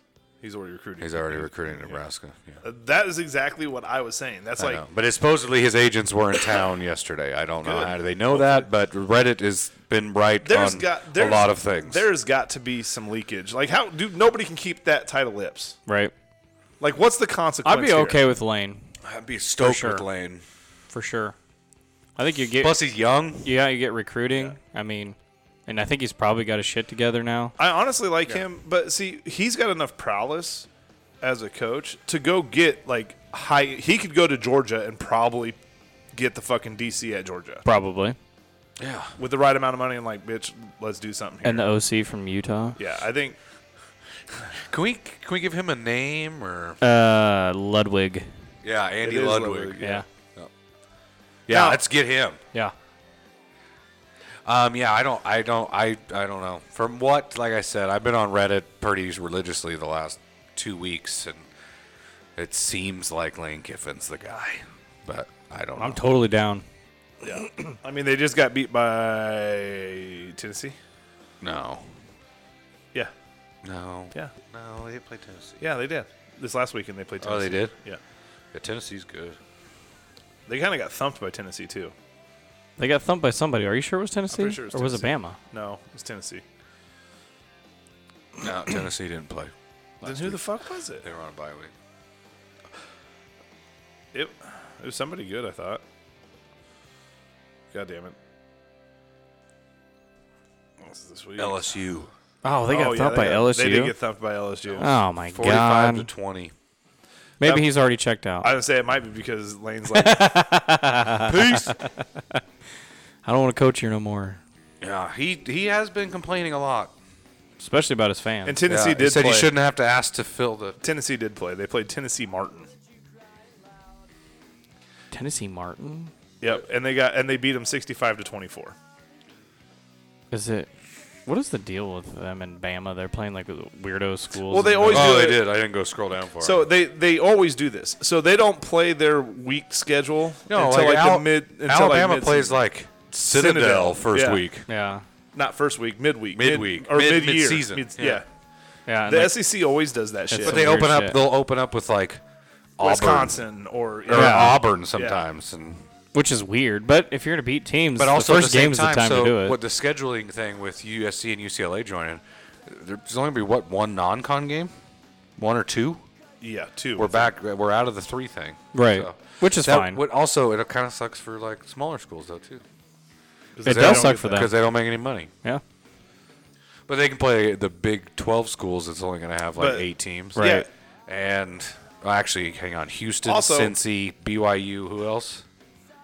He's already recruiting.
he's already recruiting Nebraska. Yeah.
Uh, That is exactly what I was saying. That's
I
like
know. But it's supposedly his agents were in town yesterday. I don't know
Good.
how do they know that, but Reddit has been right
there's
on
got
a
there's,
lot of things.
There's got to be some leakage. Like how dude, nobody can keep that tight of lips.
Right.
Like what's the consequence?
I'd be
here?
okay with Lane,
I'd be stoked
sure.
with Lane.
for sure. I think you get.
Plus, he's young.
Yeah, you get recruiting. I mean, and I think he's probably got his shit together now.
I honestly like him, but see, he's got enough prowess as a coach to go get like high. He could go to Georgia and probably get the fucking DC at Georgia
Probably.
Yeah.
with the right amount of money and like, bitch, let's do something here.
And the OC from Utah.
yeah, I think
Can we can we give him a name or?
Uh, Ludwig.
Yeah, Andy
It is
Ludwig.
Ludwig.
Yeah.
Yeah,
Now-
let's get him.
Yeah.
Um, yeah, I don't, I don't, I, I don't know. From what, like I said, I've been on Reddit pretty religiously the last two weeks, and it seems like Lane Kiffin's the guy, but I don't.
I'm
know.
totally down.
Yeah. I mean, they just got beat by Tennessee.
no,
Yeah.
no,
Yeah.
no. They played Tennessee.
Yeah, they did. This last weekend they played
Oh,
Tennessee.
they did.
Yeah.
Yeah, Tennessee's good.
They kind of got thumped by Tennessee, too.
They got thumped by somebody. Are you sure it was Tennessee?
pretty sure it was
or was it Bama?
No, it's Tennessee.
No, (clears throat) Tennessee didn't play.
then
Last
who the
week.
fuck was it?
They were on a bye week.
it? It was somebody good, I thought. God damn it. This is this week.
LSU,
Oh, they got
Oh, yeah,
thumped by LSU.
They did get thumped by LSU.
oh my
forty-five
god.
to twenty.
Maybe
That-
he's already checked out. I,
I would say it might be because Lane's
(laughs)
like, (laughs) peace.
don't want to coach here no more,
Yeah, he he has been complaining a lot.
especially about his fans.
And Tennessee
yeah, he
did
said
play.
he shouldn't have to ask to fill the
Tennessee did play. They played Tennessee Martin.
Tennessee Martin.
Yep, and they got and they beat them sixty-five to twenty-four.
Is it? What is the deal with them and Bama? They're playing like weirdo schools.
Well, they
and
always
Oh,
do
they
it.
did. I didn't go scroll down for it.
So they they always do this. So they don't play their week schedule
No,
until like,
like, Al-
the mid. Until
Alabama
like mid-
plays like Citadel,
Citadel,
first
yeah.
week.
yeah,
not first week, midweek,
Midweek.
or
Mid-
mid-year.
mid-season.
Mid- yeah.
Yeah.
yeah. and
the
like- E
SEC always does that shit.
But
But
Some
they
weird
open up.
shit.
They'll open up with like Auburn
Wisconsin or
or
Yeah.
Auburn sometimes, and
which is weird. But if you're gonna beat teams,
but also
the
at
first
the same
game is the
time,
time
so
to do it.
What the scheduling thing with USC and UCLA joining? There's only gonna be what one non-con game, one or two.
yeah, two.
We're back. We're out of the three thing,
Right.
So-
Which is
that
fine.
Would also, it kind of sucks for like smaller schools though too.
Because
it
they
does
don't
suck
get
for
that.
them.
because they don't make any money.
Yeah.
But they can play the Big 12 schools. It's only going to have like
But-
eight teams.
Right. Yeah.
And well, actually, hang on. Houston,
Also-
Cincy, BYU. Who else?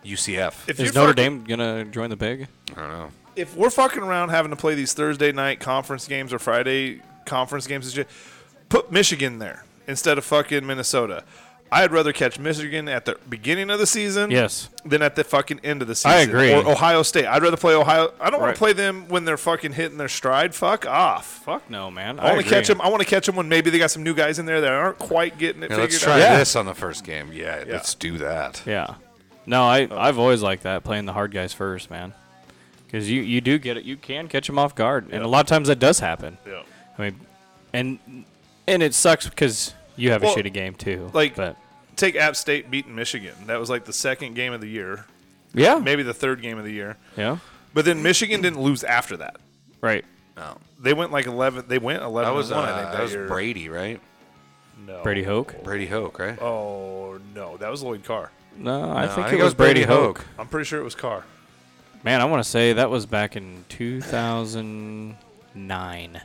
UCF.
If
Is
you're
Notre
fucking-
Dame gonna join the big?
I don't know.
if we're fucking around having to play these Thursday night conference games or Friday conference games and shit, put Michigan there instead of fucking Minnesota. I'd rather catch Michigan at the beginning of the season,
Yes.
than at the fucking end of the season.
I agree.
Or Ohio State. I'd rather play Ohio. I don't want
Right.
to play them when they're fucking hitting their stride. Fuck off.
Fuck no, man.
I, want to catch them. I want to catch them when maybe they got some new guys in there that aren't quite getting it
Yeah,
figured
let's try
out.
Yeah.
this on the first game. Yeah,
Yeah.
let's do that.
Yeah. No, I
Oh.
I've always liked that playing the hard guys first, man. Because you you do get it. You can catch them off guard, and a lot of times that does happen.
Yeah.
I mean, and and it sucks because you have
Well,
a shitty game too.
like-
but
Take App State beating Michigan. That was like the second game of the year,
yeah,
maybe the third game of the year.
yeah,
But then Michigan didn't lose after that.
right.
No,
They went like eleven. They went eleven.
that was
and one,
uh,
I think
that,
that,
was
year.
Brady, right?
No.
Brady Hoke?
Brady Hoke, right?
Oh no, that was Lloyd Carr.
No, I
No,
think it was Brady Hoke.
I'm pretty sure it was Carr.
Man, I want to say that was back in 2009.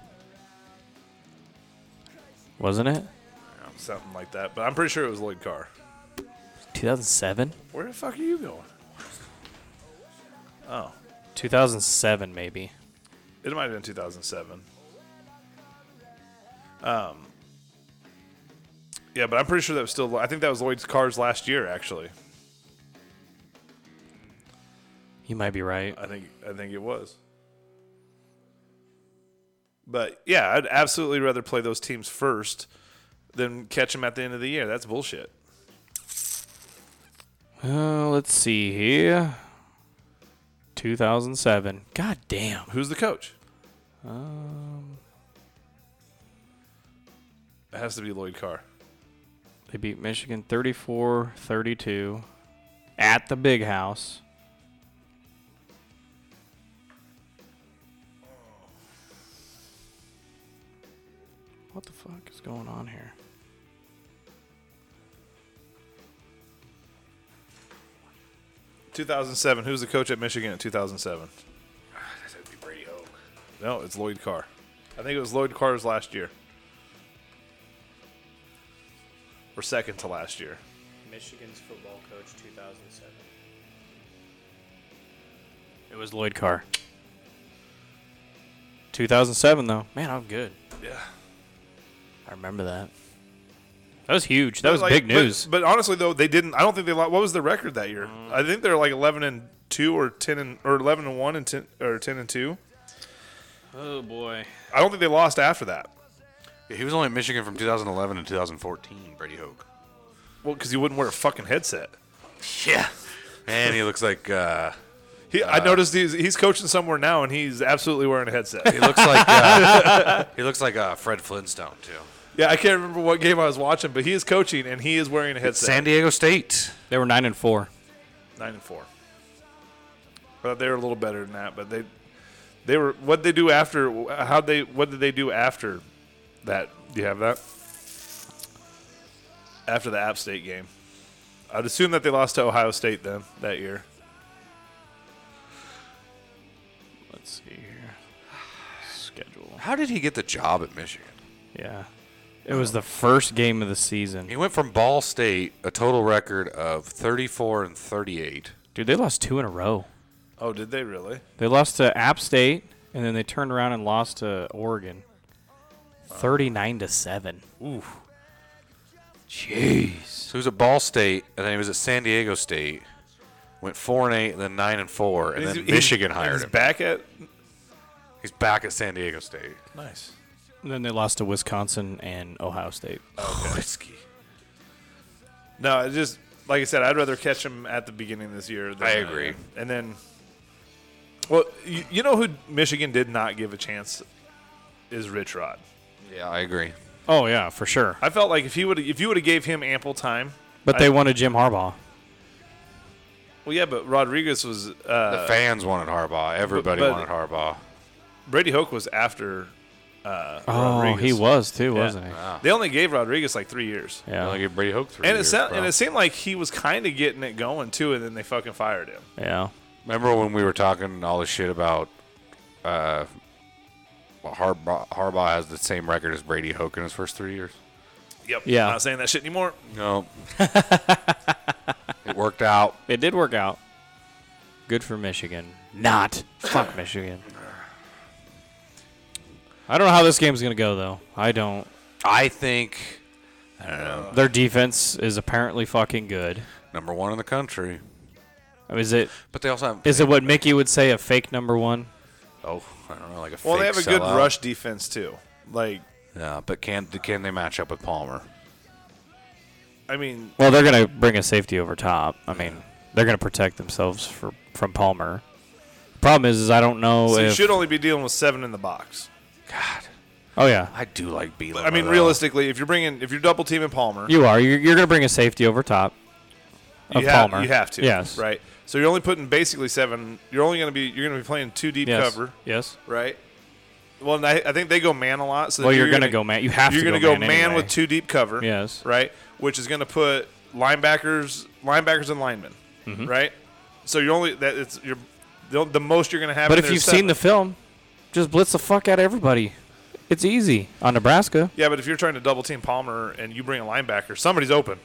Wasn't it?
Something like that. But I'm pretty sure it was Lloyd Carr.
2007?
Where the fuck are you going?
2007 maybe.
It might have been 2007. Um, yeah, but I'm pretty sure that was still. I think that was Lloyd's Carr's last year, actually.
You might be right.
I think I think it was. But yeah, I'd absolutely rather play those teams first than catch them at the end of the year. That's bullshit.
Uh, let's see here. 2007. God damn.
Who's the coach? Um, It has to be Lloyd Carr.
They beat Michigan 34 32 at the big house. What the fuck is going on here?
Two thousand seven. Who's the coach at Michigan in two thousand seven? No, it's Lloyd Carr. I think it was Lloyd Carr's last year. Or second to last year.
Michigan's football coach 2007. It was Lloyd Carr. 2007 though. Man, I'm good.
Yeah.
I remember that. That was huge. That was big news.
But, honestly, though, they didn't. I don't think they. lo- What was the record that year? I think they're like eleven and two, or ten and or eleven and one, and ten or ten and two.
Oh boy.
I don't think they lost after that.
Yeah, he was only at Michigan from 2011 to 2014. Brady Hoke.
Well, because he wouldn't wear a fucking headset.
Yeah, man, he looks like uh,
He, I noticed he's he's coaching somewhere now, and he's absolutely wearing a headset. (laughs)
he (laughs) looks like uh, he looks like uh, Fred Flintstone too.
yeah, I can't remember what game I was watching, but he is coaching and he is wearing a headset.
San Diego State.
They were 9 and 4.
Nine and four. I thought they were a little better than that, but they they were what they do after how they what did they do after that? Do you have that? After the App State game, I'd assume that they lost to Ohio State then that year.
Let's see (sighs) here. Schedule.
How did he get the job at Michigan?
Yeah. It was the first game of the
He
season.
went from Ball State, a total record of 34 and 38.
Dude, they lost two in a row.
Oh, did they really?
They lost to App State and then they turned around and lost to Oregon. 39 to 7. Ooh. Jeez.
So he was at Ball State, and then he was at San Diego State. Went four and eight, and then nine and four, and then
He's-
Michigan
he's-
hired
he's
him.
back at
He's back at San Diego State.
nice.
And then they lost to Wisconsin and Ohio State.
Whiskey.
No, it just like I said, I'd rather catch him at the beginning of this year. Than,
I agree.
and then, well, you, you know who Michigan did not give a chance is Rich Rod.
Yeah, I agree.
Oh yeah, for sure.
I felt like if he would if you would have gave him ample time.
But
I-
they wanted Jim Harbaugh.
Well, yeah, but Rodriguez was
The
uh,
fans wanted Harbaugh. Everybody
but-
wanted Harbaugh.
Brady Hoke was after. Uh,
Oh,
Rodriguez.
he was too,
Yeah.
wasn't he?
Wow.
They only gave Rodriguez like three years,
Yeah.
Yeah.
give Brady Hoke three
and it
years,
sound,
bro.
and it seemed like he was kind of getting it going too, and then they fucking fired him.
Yeah.
Remember when we were talking all this shit about uh, well, Harbaugh, Harbaugh has the same record as Brady Hoke in his first three years?
Yep.
Yeah.
Not saying that shit anymore.
No. (laughs) it worked out.
It did work out. Good for Michigan. Not. Fuck Michigan. I don't know how this game's going to go, though. I don't.
I think, I don't know,
Their defense is apparently fucking good.
number one in the country.
I mean, Is it
But they also have.
is it what Mickey would say a fake number one?
Oh, I don't know, like a
Well, they
fake
have a good
sellout.
rush defense too. Like,
Yeah, but can can they match up with Palmer?
I mean,
Well, they're gonna bring a safety over top. I mean, they're gonna protect themselves for, from Palmer. Problem is, is I don't know
so you
if.
should only be dealing with seven in the box.
God,
oh yeah,
I do like Bielema.
I mean,
though.
realistically, if you're bringing if you're double teaming Palmer,
you are. You're, you're gonna bring a safety over top of
you have,
Palmer.
You have to.
Yes.
Right. So you're only putting basically seven. You're only going to be you're going to be playing two deep
Yes.
cover.
Yes.
Right. Well, and I, I think they go man a lot. So
Well, you're, gonna, go man. You have
You're
to
gonna
go
go man
anyway.
with two deep cover.
Yes.
Right, which is gonna put linebackers, linebackers and linemen.
Mm-hmm.
Right. So you're only that it's you're the, the most you're gonna have.
But
in
if
there
you've
is seven.
seen the film, just blitz the fuck out of everybody. It's easy on Nebraska.
yeah, but if you're trying to double team Palmer and you bring a linebacker, somebody's open.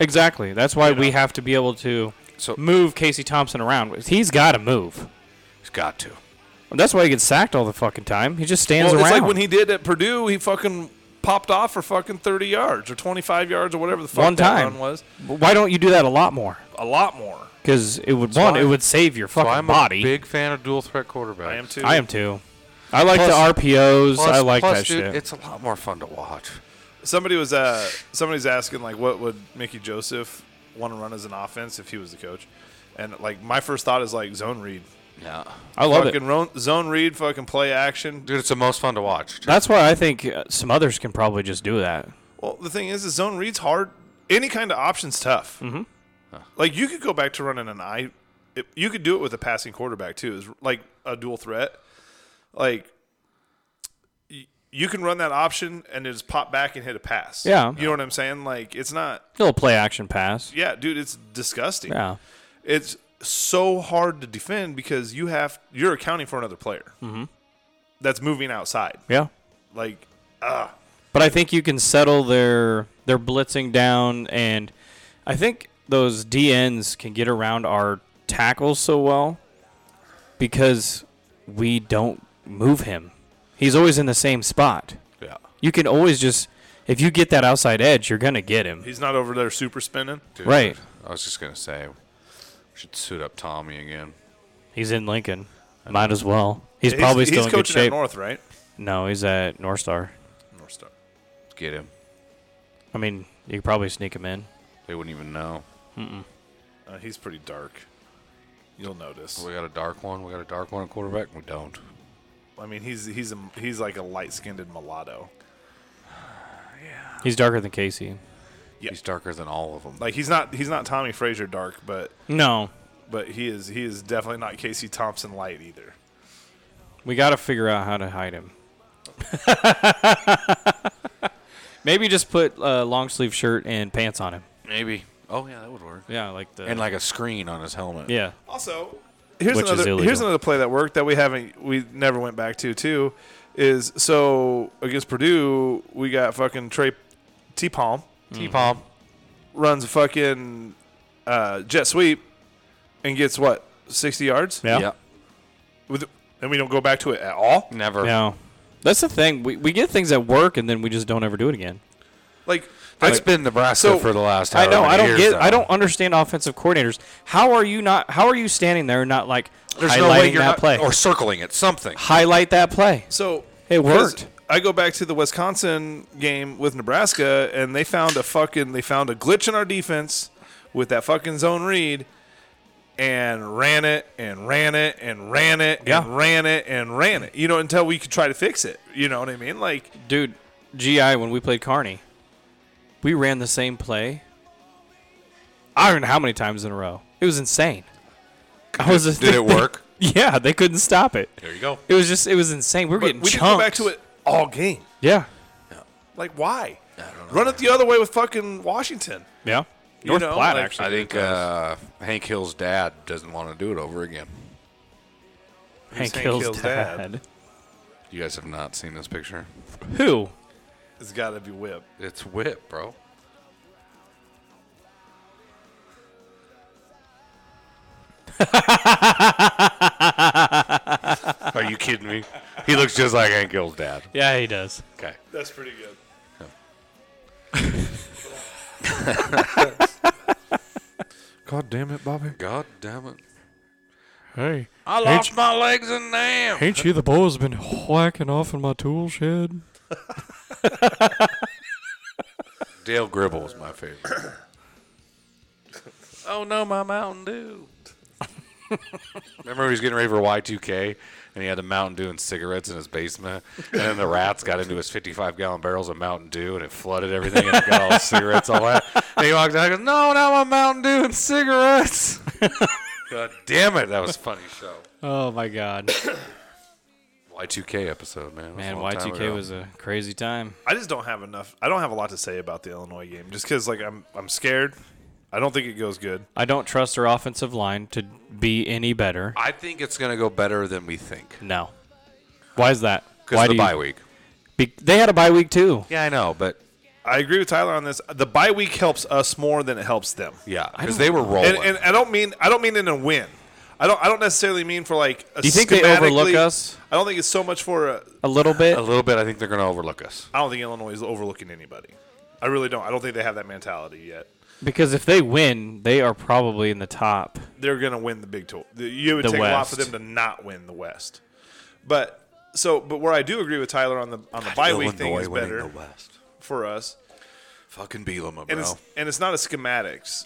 Exactly. That's why we
know.
have to be able to
So-
move Casey Thompson around. He's got to move.
He's got to.
That's why he gets sacked all the fucking time. He just stands
Well,
around.
it's like when he did at Purdue, he fucking popped off for fucking 30 yards or 25 yards or whatever the fuck
One
that
time.
run was.
why don't you do that a lot more?
A lot more.
Because it would one,
why-
it would save your fucking
So I'm
body.
a big fan of dual threat quarterbacks.
I am too.
I am too. I like
Plus-
the RPOs.
Plus-
I like
plus,
that
dude,
shit.
It's a lot more fun to watch.
Somebody was uh somebody's asking like what would Mickey Joseph want to run as an offense if he was the coach? And like my first thought is like zone read.
Yeah,
I love it.
fucking ro- zone read, fucking play action.
dude, it's the most fun to watch. dude.
That's why I think uh, some others can probably just do that.
Well, the thing is, is zone read's hard. Any kind of option's tough. Mm-hmm. Like you could go back to running an eye. It, you could do it with a passing quarterback too, is like a dual threat. Like y- you can run that option and just pop back and hit a pass.
Yeah.
you know what I'm saying. Like it's not.
Little play action pass.
Yeah, dude, it's disgusting.
Yeah.
it's so hard to defend because you have you're accounting for another player
Mm-hmm.
that's moving outside.
Yeah.
Like, ah,
But I think you can settle their their blitzing down, and I think those DNs can get around our tackles so well because we don't move him. He's always in the same spot.
yeah,
You can always just if you get that outside edge, you're gonna get him.
he's not over there super spinning.
dude,
Right.
I was just gonna say, we should suit up Tommy again.
He's in Lincoln. Might as well. He's
He's-
probably
he's,
still in
coaching
good shape.
at North, right?
no, he's at North Star.
North Star.
Get him.
I mean, you could probably sneak him in.
They wouldn't even know.
Uh, he's pretty dark. You'll notice.
We got a dark one. We got a dark one at quarterback. We don't.
I mean, he's he's a, he's like a light skinned mulatto.
He's darker than Casey.
Yeah.
He's darker than all of them.
Like he's not he's not Tommy Frazier dark, but
No,
but he is he is definitely not Casey Thompson light either.
We got to figure out how to hide him. (laughs) Maybe just put a long sleeve shirt and pants on him.
Maybe. Oh yeah, that would work.
Yeah, like the
And like a screen on his helmet.
yeah.
Also, here's
Which is
another here's
illegal.
another play that worked that we haven't we never went back to too is so against Purdue we got fucking Trey T Palm
T palm.
runs a fucking uh, jet sweep and gets what sixty yards
Yeah.
Yep.
with and we don't go back to it at all.
Never.
No, that's the thing. We we get things that work and then we just don't ever do it again.
Like
That's
that's
been Nebraska
So,
for the last.
I know.
however
I don't
years,
get.
though.
I don't understand offensive coordinators. How are you not? How are you standing there not like
There's
highlighting
no way you're
that
not
play?
or circling it. Something.
highlight that play.
so
It
'cause
worked.
I go back to the Wisconsin game with Nebraska and they found a fucking they found a glitch in our defense with that fucking zone read and ran it and ran it and ran it
Yeah.
and ran it and ran it. You know, until we could try to fix it. You know what I mean? Like
Dude, GI when we played Carney, we ran the same play. I don't know how many times in a row. It was insane. I was just
Did it work?
(laughs) yeah, they couldn't stop it.
There you go.
It was just it was insane. We were
but
getting
we didn't go
chunked.
back to it all game.
Yeah,
Like why?
don't know,
Run it the other way with fucking Washington.
yeah.
You
North
know,
Platte
like-
actually.
I think uh, Hank Hill's dad doesn't want to do it over again.
Hank
Hank
Hill's,
Hill's
dad.
dad.
You guys have not seen this picture.
Who?
It's gotta be whip.
It's Whip,
(laughs)
bro. Are you kidding me? He looks just like Hank Hill's dad.
Yeah, he does.
Okay.
That's pretty good.
God damn it, Bobby. God damn it.
Hey,
I lost my legs in damn.
ain't you the boy who's been whacking off in my tool shed?
Dale Gribble was my favorite. (coughs) oh no, my Mountain Dew. Remember when he was getting ready for Y2K and he had the Mountain Dew and cigarettes in his basement, and then the rats got into his 55 gallon barrels of Mountain Dew and it flooded everything and it got all the cigarettes all that. And he walked out and goes, "No, not my Mountain Dew and (laughs) cigarettes." (coughs) God damn it, that was a funny show.
Oh my God.
Y2K episode, man. That was a
Man,
long time
Y2K
ago.
was a crazy time.
I just don't have enough. I don't have a lot to say about the Illinois game, just because like I'm I'm scared. I don't think it goes good.
I don't trust our offensive line to be any better.
I think it's gonna go better than we think
No. Why is that?
because
Why
of the
do
bye
you,
week.
Be, they had a bye week too.
Yeah, I know, but
I agree with Tyler on this. The bye week helps us more than it helps them.
yeah, because they were rolling.
And, and I don't mean I don't mean in a win. I don't I don't necessarily mean for like. A
Do you think they overlook
schematically-
us?
I don't think it's so much for. I
A little bit.
a little bit, I think they're gonna overlook us.
I don't think Illinois is overlooking anybody. I really don't. I don't think they have that mentality yet.
Because if they win, they are probably in the top.
they're going to win the Big 12. The- You would
The
take a lot for
West.
them to not win the West. But so, but where I do agree with Tyler on the on the bye week thing is
winning
better
the West.
for us,
Fucking Bielema,
and
bro.
it's and it's not a schematics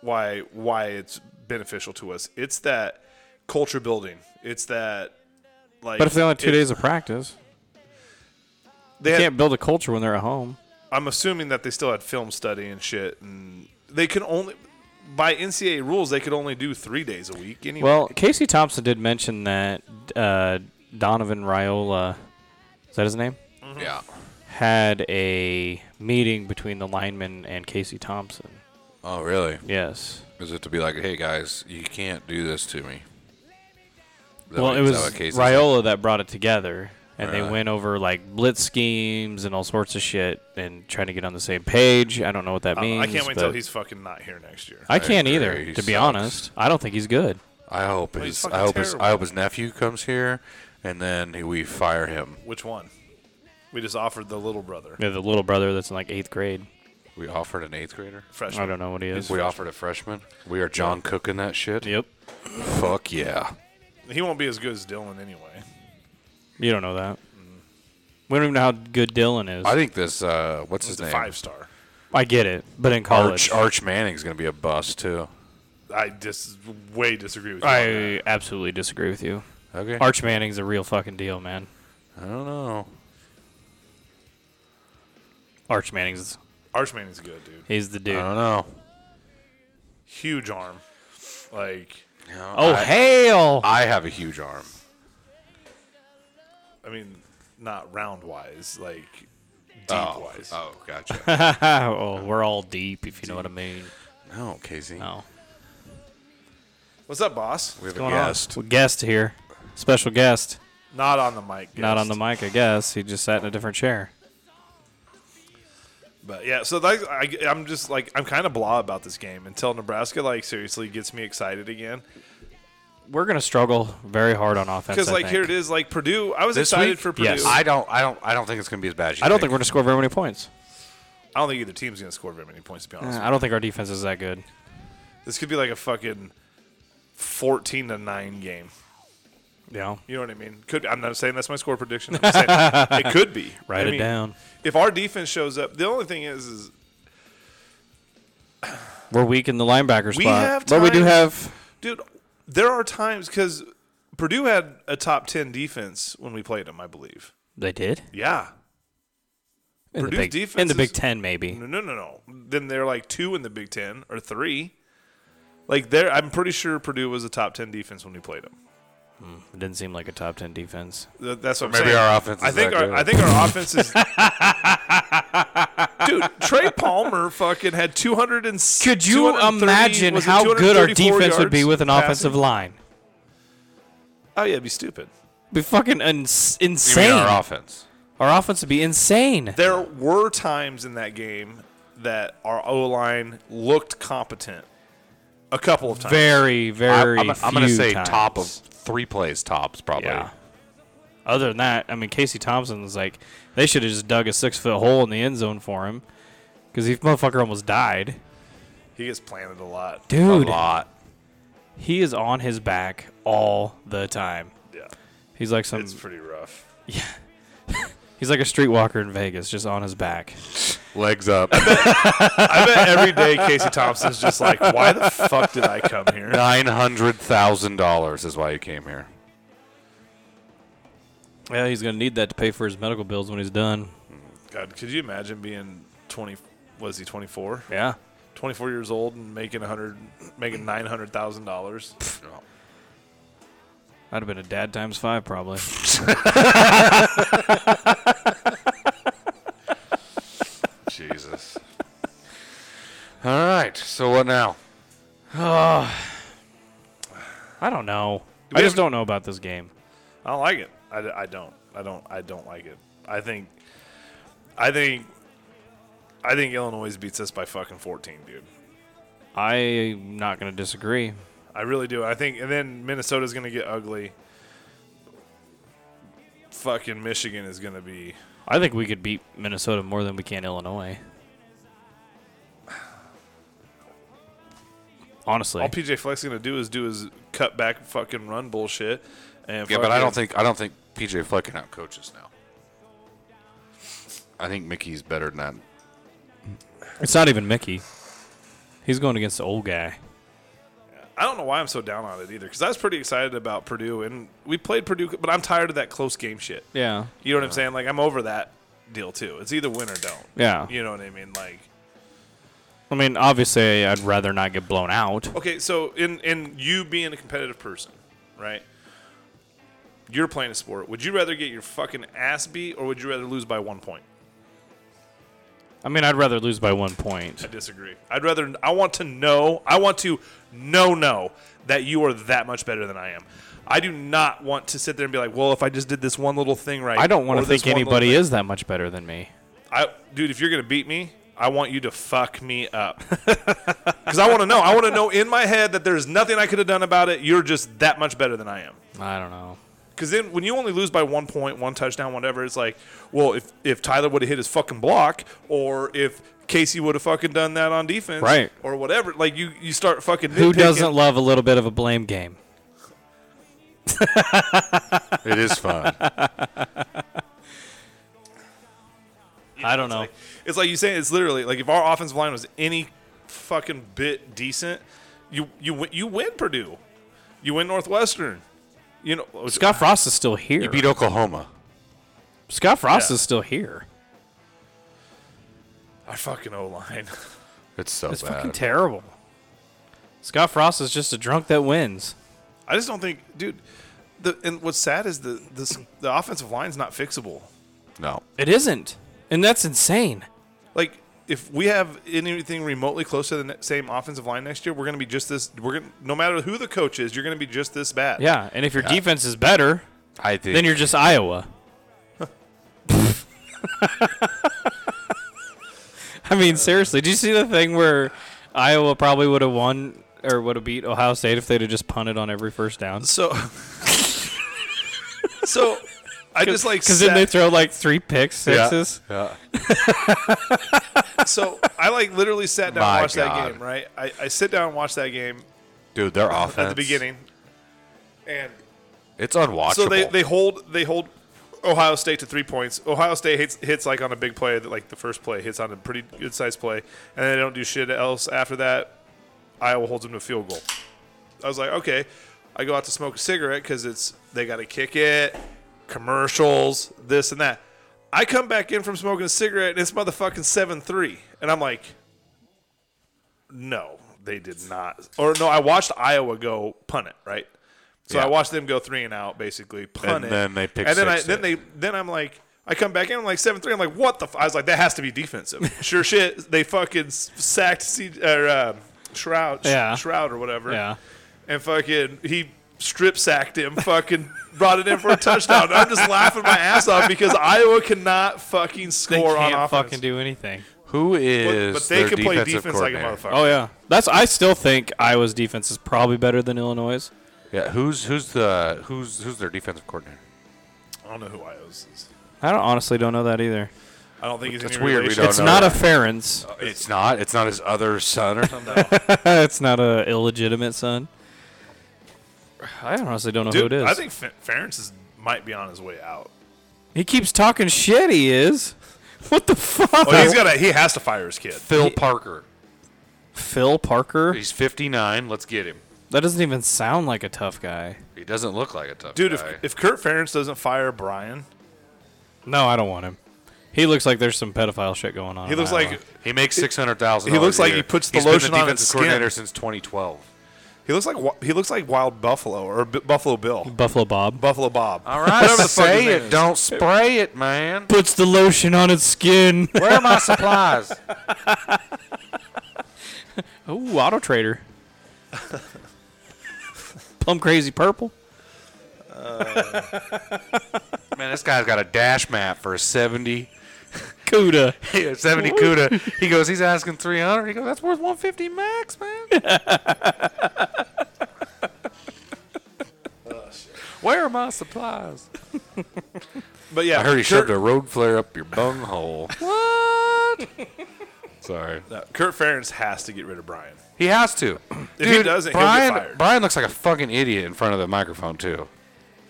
why why it's beneficial to us. It's that culture building. It's that like.
But if they only had two
it-
days of practice,
they
you
had-
can't build a culture when they're at home.
I'm assuming that they still had film study and shit, and they can only by NCAA rules they could only do three days a week. Anyway.
Well, Casey Thompson did mention that uh, Donovan Raiola, is that his name?
mm-hmm.
Yeah.
Had a meeting between the lineman and Casey Thompson.
Oh, really?
Yes.
Is it to be like, hey guys, you can't do this to me? Is that
well,
what-
it
is
was
that what Casey said?
Raiola that brought it together, and they
Right.
went over like blitz schemes and all sorts of shit, and trying to get on the same page. I don't know what that
Uh, I don't know.
means.
I can't wait until
but-
he's fucking not here next year.
I can't
agree.
either,
He
to be
sucks.
honest. I don't think he's good.
I hope
he's
his
fucking
I hope his
terrible.
I hope his nephew comes here, and then he- we fire him.
Which one? We just offered the little brother
Yeah, the little brother that's in like eighth grade.
We offered an eighth grader.
freshman.
I don't know what he is.
We offered a freshman. We are John cooking that shit.
Yep.
Fuck yeah.
He won't be as good as Dylan anyway.
You don't know that. We don't even know how good Dylan is.
I
I,
think this. Uh, what's
He's
his
a
name?
five star.
get it, but in
Arch
college,
Arch Manning's gonna be a bust too.
I just way disagree with you. on that.
I absolutely disagree with you.
Okay.
Arch Manning's a real fucking deal, man.
I don't know.
Arch Manning's
Arch Manning's good, dude.
he's the
I
dude.
don't know.
Huge arm. Like,
Oh
I,
hail!
I have a huge arm.
I mean, not round wise, like deep
oh,
wise.
oh, gotcha.
(laughs) oh, we're all deep, if you know what I mean.
(laughs) no, Casey.
Oh,
What's up, boss?
We have a
going
guest.
on? Well, guest here, special guest.
Not on the mic.
Not
guest.
on the mic, I guess. He just sat in a different chair.
But yeah, so like I, I'm just like I'm kind of blah about this game until Nebraska like seriously gets me excited again.
We're gonna struggle very hard on offense.
Because
I
like
think.
here it is, like Purdue. I was
This
excited
week?
for Purdue.
Yes.
I,
I don't. I don't. I don't think it's gonna be as bad as you
I don't think we're gonna score very many points. Uh,
I don't think either team's gonna score very many points. To be honest, with you.
I don't think our defense is that good.
This could be like a fucking fourteen to nine game.
Yeah.
You know what I mean? Could I'm not saying that's my score prediction. I'm just
(laughs)
saying it could be.
Write
I
it
mean,
down.
If our defense shows up, the only thing is, is
We're weak in the linebacker spot.
We have
but we do
times-
have
dude, there are times because Purdue had a top ten defense when we played them. I believe.
They did?
Yeah.
In
Purdue's
the big
defense
in the Big
is-
10 maybe.
No, no, no, no. Then they're like two in the Big Ten or three. Like there, I'm pretty sure Purdue was a top ten defense when we played them.
It didn't seem like a top 10 defense.
Th- That's what I'm
Maybe
saying.
our offense
I
is
think
that
our
good.
I think our offense
(laughs)
is. Dude, Trey Palmer fucking had 200 and s-
Could you
230
imagine
was it
how good our
234
defense would be
yards
with an
passing?
offensive line?
Oh yeah, it'd be stupid.
Be fucking ins-
You mean
insane.
our offense?
Our offense would be insane.
There were times in that game that our O line looked competent. A couple of times.
Very, very.
I, am I'm gonna
few
say
times.
top of three plays tops probably.
Yeah. Other than that, I mean, Casey Thompson was like, they should have just dug a six foot hole in the end zone for him because he motherfucker almost died.
He gets planted a lot.
Dude,
A lot.
he is on his back all the time.
Yeah,
He's like some,
it's pretty rough.
he's like a streetwalker in Vegas, just on his back.
Legs
(laughs)
up.
I bet every day Casey Thompson's just like, why the fuck did I come here?
Nine hundred thousand dollars is why you came here.
Yeah, he's gonna need that to pay for his medical bills when he's done.
God, could you imagine being 20? Was he 24?
Yeah,
24 years old and making 100 making $900,000.
I'd have been a dad times five (sighs) probably.
Jesus. All right. So what now?
I don't know.
we
I just
have-
don't know about this game.
I don't like it. I, d- I don't. I don't. I don't like it. I think. I think. I think Illinois beats us by fucking fourteen, dude.
I'm not going to disagree.
I really do. I think, and then Minnesota's going to get ugly. Fucking Michigan is going to be.
I think we could beat Minnesota more than we can Illinois. Honestly,
All PJ Fleck's going to do is do his cut back fucking run bullshit. And
Yeah, but I
fucking-
don't think I don't think PJ Fleck can out coaches now. I think Mickey's better (laughs) than that.
it's not even Mickey. He's going against the old guy.
I don't know why I'm so down on it either because I was pretty excited about Purdue and we played Purdue, but I'm tired of that close game shit.
Yeah.
You know what I'm saying? Like I'm over that deal too. It's either win or don't.
Yeah.
You know what I mean? Like
I mean, obviously, I'd rather not get blown out.
okay, so in in you being a competitive person, right? You're playing a sport. Would you rather get your fucking ass beat or would you rather lose by one point?
I mean, I'd rather lose by one point.
I disagree. I'd rather. I want to know. I want to know know that you are that much better than I am. I do not want to sit there and be like, well, if I just did this one little thing right.
I don't want
or
to
this
think
one little
anybody
thing-
is that much better than me.
I, dude, if you're gonna beat me, I want you to fuck me up. (laughs) Because I want to know. I want to know in my head that there's nothing I could have done about it. You're just that much better than I am.
I don't know.
Because then when you only lose by one point, one touchdown, whatever, it's like, well, if, if Tyler would have hit his fucking block or if Casey would have fucking done that on defense
Right.
or whatever, like you, you start fucking
Who
nitpicking.
doesn't love a little bit of a blame game?
It is
(laughs)
fun.
I don't know.
It's like you say, it's literally like if our offensive line was any fucking bit decent, you you win- you win Purdue, you win Northwestern, you know.
Scott Frost is still here.
you beat Oklahoma.
Scott Frost
Yeah.
is still here.
Our fucking O line.
It's so
It's
bad.
fucking terrible. Scott Frost is just a drunk that wins.
(laughs) I just don't think, dude. The and what's sad is the this the offensive line's not fixable.
no.
It isn't. And that's insane.
Like if we have anything remotely close to the ne- same offensive line next year, we're going to be just this. We're going to no matter who the coach is, you're going to be just this bad.
Yeah, and if your defense is better,
I think
then you're just Iowa. (laughs) I mean, seriously, do you see the thing where Iowa probably would have won or would have beat Ohio State if they'd have just punted on every first down?
So. (laughs) so. I just like
Because then they
sat-
throw like three picks, sixes.
Yeah.
so I like literally sat down
My
and watched that
God.
game, right? I, I sit down and watch that game
Dude, their offense
at the beginning. And
It's unwatchable.
so they, they hold they hold Ohio State to three points. Ohio State hits hits like on a big play that like the first play hits on a pretty good sized play, and they don't do shit else after that. Iowa holds them to a field goal. I was like, okay. I go out to smoke a cigarette because it's they got to kick it, commercials, this and that. I come back in from smoking a cigarette and it's motherfucking seven three, and I'm like, no, they did not. Or no, I watched Iowa go punt it right. So
Yeah.
I watched them go three and out basically
And
punt it,
then they pick
and then I,
six
then
it.
they then I'm like. I come back in, I'm like seven three. I'm like, what the? F-? I was like, that has to be defensive. sure (laughs) shit, they fucking s- sacked C- or, uh, Shroud,
Yeah.
Shroud or whatever
Yeah.
and fucking he strip sacked him, fucking brought it in for a touchdown. I'm just laughing my ass off because Iowa cannot fucking
They
score on
can't
offense.
fucking do anything.
Who
but,
is
but they
their
can play
defensive
defense like a
coordinator?
motherfucker.
Oh yeah, that's. I still think Iowa's defense is probably better than Illinois.
Yeah, who's who's the who's who's their defensive coordinator? Oh.
I don't know who Iowa's is.
I don't honestly don't know that either.
I don't Uh, think he's
That's
any
weird, we
relation.
don't
it's
know
not
that.
a Ferentz.
It's not. It's not his other son or something.
(laughs) it's not a illegitimate son. I honestly don't know
Dude,
who it is.
I think Fe- Ferentz is, might be on his way out.
he keeps talking shit. He is. (laughs) What the fuck?
Oh, he's got to He has to fire his kid.
Phil Parker.
Phil Parker.
He's 59. Let's get him.
That doesn't even sound like a tough guy.
He doesn't look like a tough
Dude,
guy.
if, if Kurt Ferentz doesn't fire Brian,
No, I don't want him. He looks like there's some pedophile shit going on.
he
in
Uh-huh.
looks
Iowa.
like
he makes six hundred thousand.
he looks like he puts the lotion
been the
on his
defensive
skin.
coordinator since 2012.
He looks like Wi- he looks like Wild Buffalo or B- Buffalo Bill,
Buffalo Bob
Buffalo Bob.
All right,
Whatever the fuck his
say
name
it.
is.
Don't spray it, man.
puts the lotion on
(laughs)
its skin.
Where are my supplies?
Ooh, Auto Trader. Plum Crazy Purple.
Man, this guy's got a dash map for a 70,
(laughs)
Cuda.
(laughs) yeah, 70 CUDA. He goes, he's asking 300. He goes, that's worth 150 max,
(laughs)
man. Where are my supplies?
But yeah,
I heard he
Kurt,
shoved a road flare up your bunghole. (laughs) what? Sorry.
no, Kurt Ferentz has to get rid of Brian.
He has to.
If he doesn't, he'll get
Brian,
fired.
Brian looks like a fucking idiot in front of the microphone, too.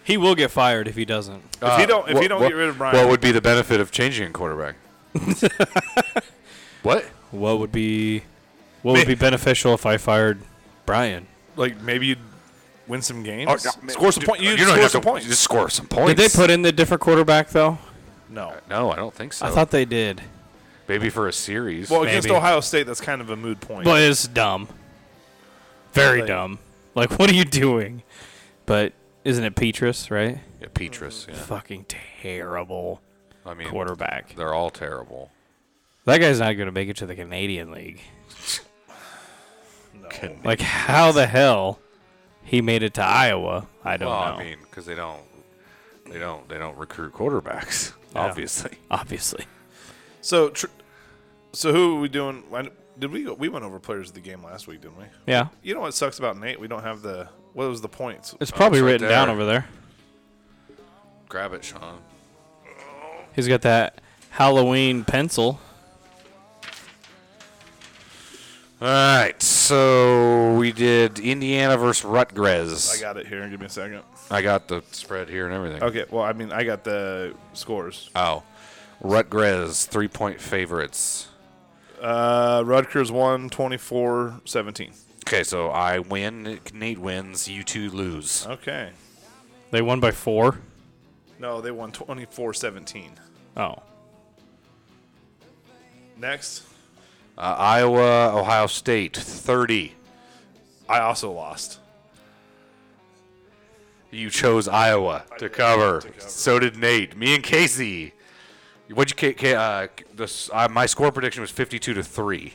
He will get fired if he doesn't.
If you don't, if
wha-
you don't
wha-
get rid of Brian,
Uh, what would be the benefit of changing a quarterback? (laughs) what?
What would be what would be beneficial if I fired Brian?
like maybe you'd win some games,
Oh, no,
score some points. You'd
don't
score
have
some
to-
points.
you Just score some points.
Did they put in the different quarterback though?
no.
No, I don't think so.
I thought they did.
maybe for a series.
Well, against
Maybe.
Ohio State, that's kind of a mood point.
But it's dumb. Very
Like-
dumb. Like (laughs) what are you doing? But isn't it Petrus, right?
yeah, Petrus. Yeah.
Fucking terrible
I mean,
quarterback.
they're all terrible.
That guy's not going to make it to the Canadian League.
no.
Like how the hell he made it to Iowa, I don't
well,
know.
I mean, because they don't, they don't, they don't recruit quarterbacks. Obviously,
Obviously.
So, tr- so who are we doing? Why- Did we go, we went over players of the game last week, didn't we?
Yeah.
You know what sucks about Nate? We don't have the what was the points? Uh,
It's probably
Oh, it's right
written down
there.
over there.
grab it, Sean.
He's got that Halloween pencil.
All right, so we did Indiana versus Rutgers.
I got it here. Give me a second.
I got the spread here and everything.
Okay. Well, I mean, I got the scores.
Oh, Rutgers three point favorites.
Uh, Rutgers won 24-17.
Okay, so I win. Nate wins. You two lose.
Okay.
They won by four.
No, they won 24-17.
Oh.
Next,
Uh, Iowa, Ohio State, thirty.
I also lost.
You chose Iowa to cover. So did Nate. Me and Casey. What'd you? Ca- ca- uh, this, uh, my score prediction was fifty-two to
(laughs)
three.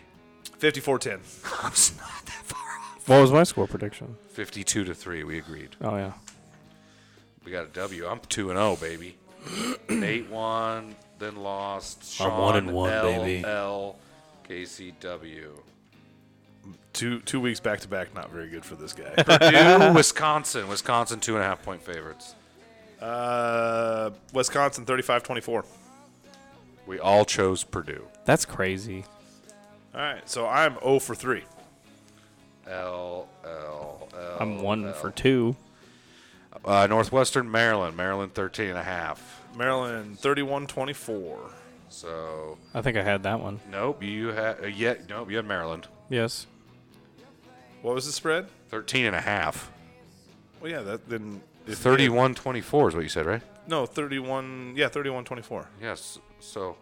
54-10.
I was not that far off.
What was my score prediction?
Fifty-two to three. We agreed.
Oh yeah.
We got a W. I'm two and zero,
(clears throat)
baby. Nate won, then lost. Sean,
I'm one and one,
L,
baby.
L, Casey W.
Two two weeks back to back. Not very good for this guy. (laughs)
(laughs)
Purdue, Wisconsin. Wisconsin two and a half point favorites.
uh, Wisconsin 35-24.
We all chose Purdue.
That's crazy.
All right. So I'm 0 for 3.
L L L.
I'm one for two.
Uh, Northwestern Maryland. Maryland 13 and a half.
Maryland 31-24.
So
I think I had that one.
nope, you had uh, yet nope, you had Maryland
Yes.
What was the spread?
13 and a half.
Well, yeah, that then if-
31-24 is what you said, right?
No, 31. Yeah, 31 24.
Yes. So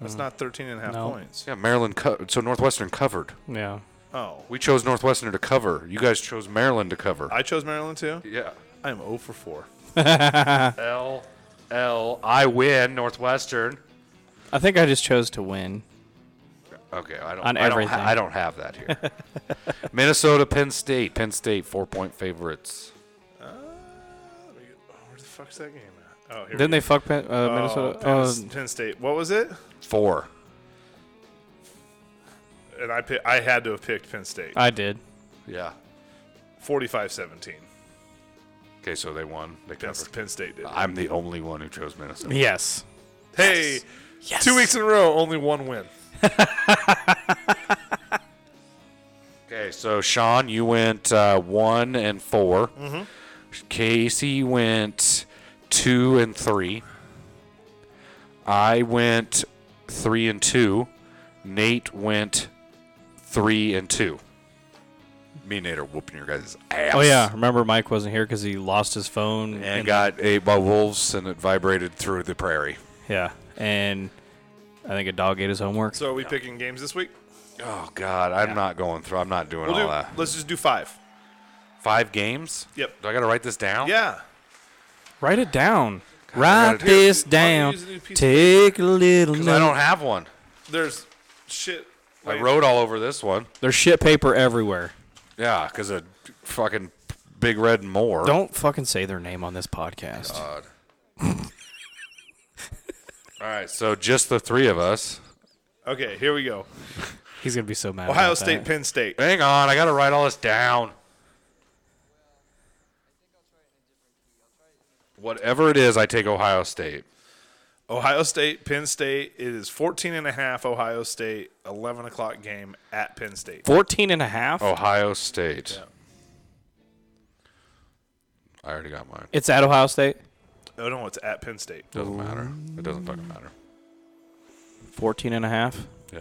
That's not 13 and a half
No.
points.
yeah, Maryland co- so Northwestern covered.
Yeah.
Oh.
We chose Northwestern to cover. You guys chose Maryland to cover.
I chose Maryland too.
yeah.
I'm 0 for 4.
L L I win Northwestern.
I think I just chose to win.
Okay, I don't.
On
I don't,
everything.
ha- I don't have that
(laughs)
here. Minnesota, Penn State, Penn State four point favorites.
Let me get- oh, Where the fuck's that game at? Oh, here.
Didn't
we
they fuck Penn, uh,
go. Oh,
Minnesota?
Penn,
uh,
Penn State. What was it?
Four.
And I pick, I had to have picked Penn State.
I did.
Yeah.
45 17.
Okay, so they won. They
Penn,
covered.
Penn State did.
I'm the only one who chose Minnesota.
Yes.
Hey, two weeks in a row, only one win.
Okay, so Sean, you went uh, one and 4
Mm-hmm.
Casey went two and three. I went three and two. Nate went three and two. Me and Nate are whooping your guys' ass.
Oh yeah. Remember Mike wasn't here because he lost his phone
and got ate by wolves and it vibrated through the prairie.
yeah. And I think a dog ate his homework.
So are we picking games this week?
Oh God, I'm not going through. I'm not doing
We'll
all
do,
that.
let's just do five.
Five games?
Yep.
Do I got to write this down?
Yeah.
Write it down.
I
Write
gotta-
this
Dude, why don't you
down.
use a new piece of-
Take a little
Because I
note.
don't have one.
There's shit.
I wrote all over this one.
There's shit paper everywhere.
Yeah, because of fucking Big Red and more.
Don't fucking say their name on this podcast.
Uh,
God. all right, so just the three of us.
Okay, here we go.
He's gonna be so mad.
Ohio
about
State,
that.
Penn State.
Hang on, I got to write all this down. Whatever it is, I take Ohio State.
Ohio State, Penn State. It is 14 and a half Ohio State, 11 o'clock game at Penn State.
14 and a half.
Oh.
Ohio State. I already got mine.
It's at Ohio State.
Oh, no, it's at Penn State.
Doesn't matter. It doesn't fucking matter.
14 and a half.
Yeah,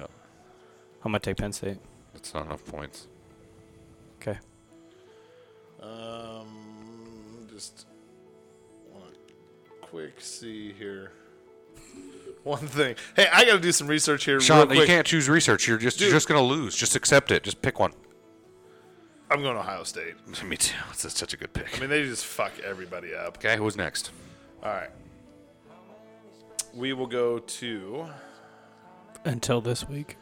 I'm gonna take Penn State.
it's not enough points.
Okay.
Um, just want to quick see here. One thing. Hey, I got to do some research here. real
Sean, you
quick.
can't choose research. You're just you're
Dude.
just gonna lose. Just accept it. Just pick one. (laughs)
I'm going Ohio State.
Me too. It's such a good pick.
I mean, they just fuck everybody up.
Okay, who's next?
All right. We will go to
Until this week.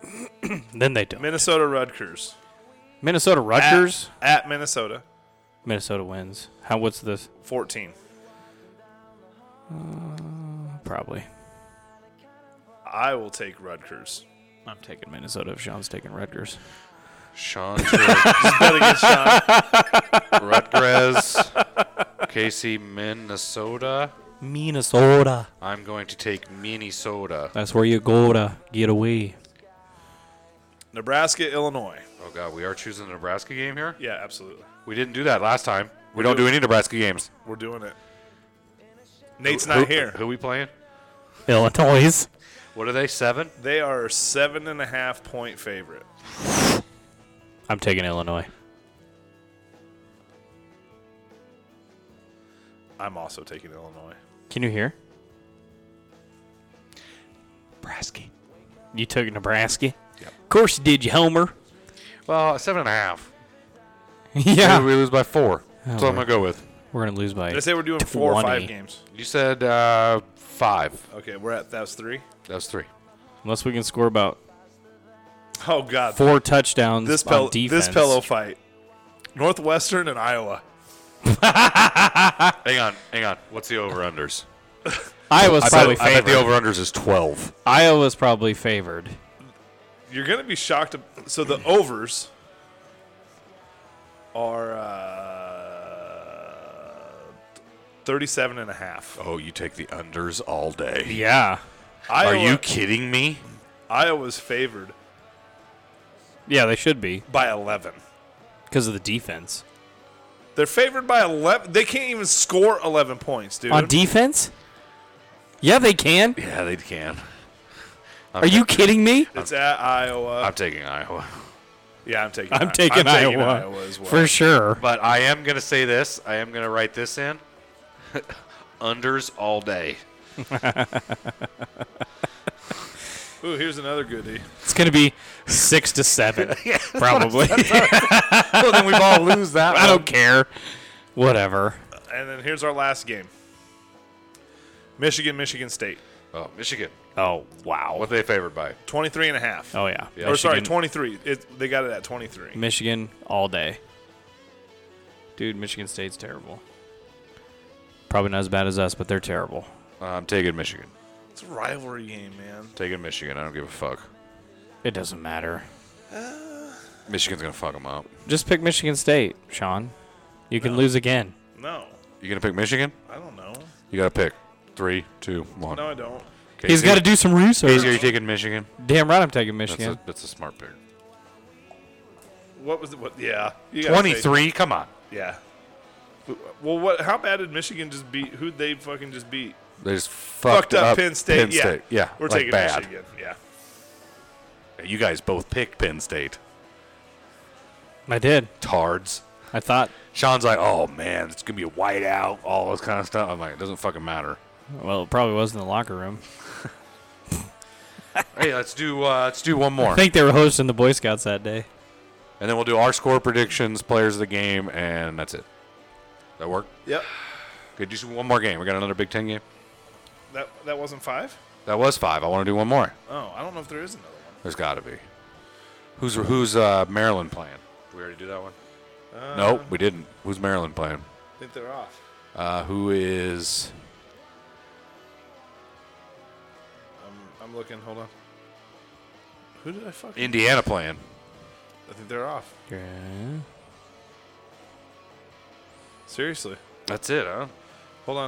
(clears throat) then they don't.
Minnesota Rutgers.
Minnesota
At-
Rutgers.
at Minnesota,
Minnesota wins. How? What's this?
14.
Probably.
I will take Rutgers. (laughs)
I'm taking Minnesota if Sean's taking Rutgers.
Sean chose
Bet against Sean.
Rutgers, KC, Minnesota.
Minnesota.
I'm going to take Minnesota.
That's where you go to get away.
Nebraska, Illinois.
Oh god, we are choosing the Nebraska game here.
Yeah, absolutely.
We didn't do that last time. We don't do any Nebraska games.
We're doing it. Nate's
Who-
not here.
Who we playing?
Illinois.
What are they? Seven?
They are a seven and a half point favorite.
I'm taking Illinois.
I'm also taking Illinois.
Can you hear? Nebraska. You took Nebraska.
Yep.
Of course you did, you Homer.
Well, seven and a half.
(laughs) yeah.
We lose by four.
Oh,
That's what I'm gonna
Lord.
go with.
We're gonna lose by.
Did I say we're doing four or five
20.
games?
You said uh, five.
Okay, we're at that's three.
That's three.
Unless we can score about
Oh God,
four touchdowns
this
on
pillow,
defense.
this pillow fight, Northwestern and Iowa.
Hang on, hang on. What's the over unders?
Iowa's
I
probably
bet, I bet the
favored.
over unders is twelve.
Iowa's probably favored.
You're gonna be shocked. ab- So the overs are uh, 37 and a half.
Oh, you take the unders all day.
Yeah.
Iowa,
Are you kidding me?
Iowa's favored
Yeah, they should be
by 11.
because of the defense.
They're favored by 11. They can't even score 11 points, dude.
On defense? Yeah, they can.
Yeah, they can.
Are you kidding me?
it's at Iowa.
I'm taking Iowa.
yeah, I'm taking.
I'm
I-
taking Iowa,
as well.
for sure.
But I am going to say this. I am going to write this in. (laughs) Unders all day.
Ooh, here's another goodie.
It's gonna be six
(laughs)
to seven, probably.
well, then we all (laughs) lose that
(laughs) I don't care. Whatever.
And then here's our last game. Michigan, Michigan State,
Oh, Michigan.
Oh wow.
What are they favored by?
23 and a half.
Oh yeah.
Or sorry,
Michigan-
23. It, they got it at 23.
Michigan all day. Dude, Michigan State's terrible. Probably not as bad as us, but they're terrible.
Uh, I'm taking Michigan.
It's a rivalry game, man.
Taking Michigan. I don't give a fuck.
It doesn't matter.
Michigan's going to fuck them up.
Just pick Michigan State, Sean. You can lose again.
No,
You going to pick Michigan?
I don't know.
You got to pick. Three, two, one.
No, I don't.
He's got to do some research.
Casey, are you taking Michigan?
Damn right, I'm taking
That's,
Michigan.
a, that's a smart pick.
What was it? What? Yeah, you gotta say-
23? Come on.
Yeah. Well, what? How bad did Michigan just beat? Who'd they fucking just beat?
They just fucked,
up, Penn State. yeah,
Yeah.
we're
like
taking
bad.
Michigan. Yeah.
You guys both picked Penn State.
I did.
Tards.
I thought.
Sean's like, oh man, it's gonna be a whiteout, all this kind of stuff. I'm like, it doesn't fucking matter.
Well, it probably was in the locker room.
hey, let's do uh, let's do one more.
I think they were hosting the Boy Scouts that day.
and then we'll do our score predictions, players of the game, and that's it. That work?
Yep.
Good. Just one more game. We got another Big Ten game.
That that wasn't five.
That was five. I want to do one more.
Oh, I don't know if there is another one.
There's got to be. Who's who's uh, Maryland playing? Did we already do that one?
Uh,
nope, we didn't. Who's Maryland playing?
I think they're off.
Uh, who is?
I'm, I'm looking. Hold on. Who did I fuck?
Indiana playing.
I think they're off. Seriously.
That's it, huh?
Hold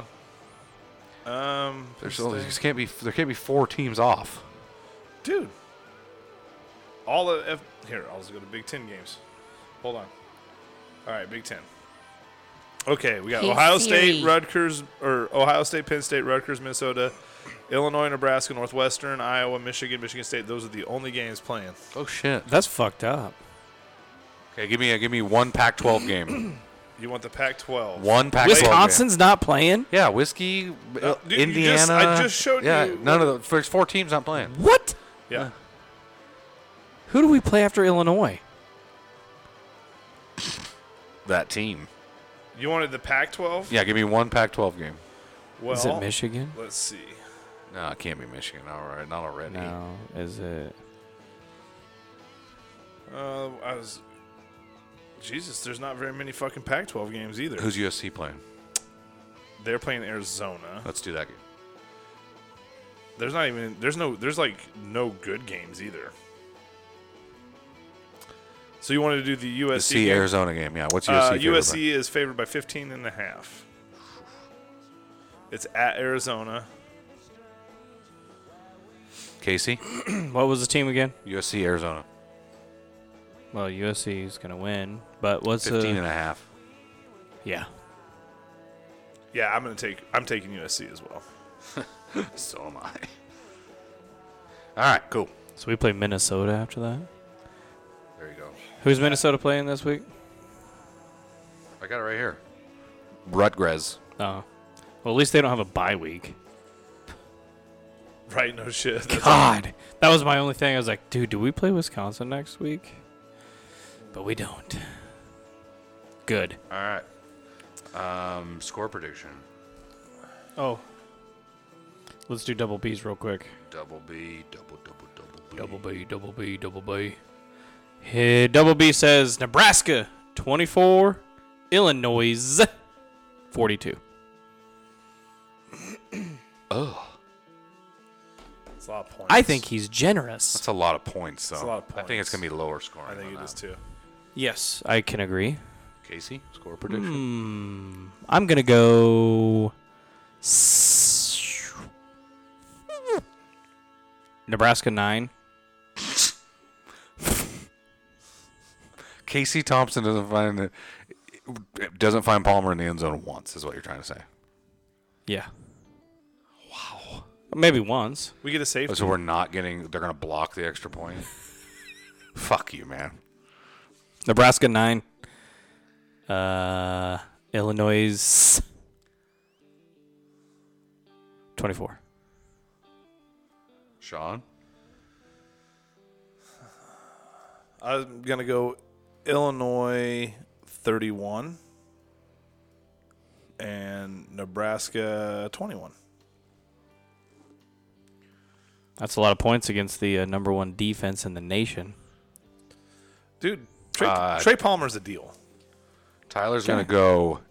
on. Um,
There's
this
only,
thing-
there can't be there can't be four teams off.
dude. All of F- here. I'll just go to Big Ten games. Hold on. All right, Big Ten. Okay, we got
Hey,
Ohio State,
Siri.
Rutgers, or Ohio State, Penn State, Rutgers, Minnesota, Illinois, Nebraska, Northwestern, Iowa, Michigan, Michigan State. Those are the only games playing.
Oh shit.
That's fucked up.
Okay, give me a, give me one Pac-12 game.
You want the Pac-12?
One Pac-12. Game.
Wisconsin's not playing.
Yeah, whiskey. uh,
dude, you
Indiana.
just- I just showed
yeah,
you-
none of the first four teams not playing.
What?
Yeah.
Who do we play after Illinois?
That team.
You wanted the Pac-12?
Yeah, give me one Pac-12 game.
Well,
Is it Michigan?
let's see.
No, it can't be Michigan. All right, not already.
No. Is it?
Uh, I was. Jesus, there's not very many fucking Pac-12 games either.
Who's USC playing?
They're playing Arizona.
Let's do that game.
There's not even. There's no. There's like no good games either. So you wanted to do the
The
USC?
C
game?
Arizona game. Yeah, what's USC?
Uh,
favored by?
USC is favored by 15 and a half. It's at Arizona.
Casey.
(clears throat) What was the team again?
USC Arizona.
Well, USC is gonna win, but what's
15
the?
and a half.
Yeah.
Yeah, I'm gonna take. I'm taking USC as well.
(laughs)
(laughs)
So am I. All right, cool.
So we play Minnesota after that.
There you go.
Who's Minnesota playing this week?
I got it right here. Rutgers.
Oh. Well, at least they don't have a bye week.
Right? No shit. That's-
God, that was my only thing. I was like, dude, do we play Wisconsin next week? But we don't. Good.
All right. Um, score prediction.
Oh. Let's do double B's real quick.
Double B, double, double, double B.
Double B, double B, double B. Hey, double B says Nebraska 24, Illinois 42.
Oh,
That's a lot of points.
I think he's generous.
that's a lot of points, though.
That's a lot of
I think it's
points.
gonna be lower scoring.
I think
than
it is
that.
too.
Yes, I can agree.
Casey, score prediction.
Hmm, I'm going to go. s- Nebraska 9.
Casey Thompson doesn't find it, doesn't find Palmer in the end zone once. Is what you're trying to say.
Yeah. Wow. Maybe once.
We get a safety.
So we're not getting. They're gonna block the extra point.
(laughs)
Fuck you, man.
Nebraska 9. Uh, Illinois 24.
Sean.
I'm gonna go Illinois 31 and Nebraska 21.
That's a lot of points against the uh, number one defense in the nation.
Dude, Trey,
Uh,
Trey Palmer's a deal.
Tyler's gonna go.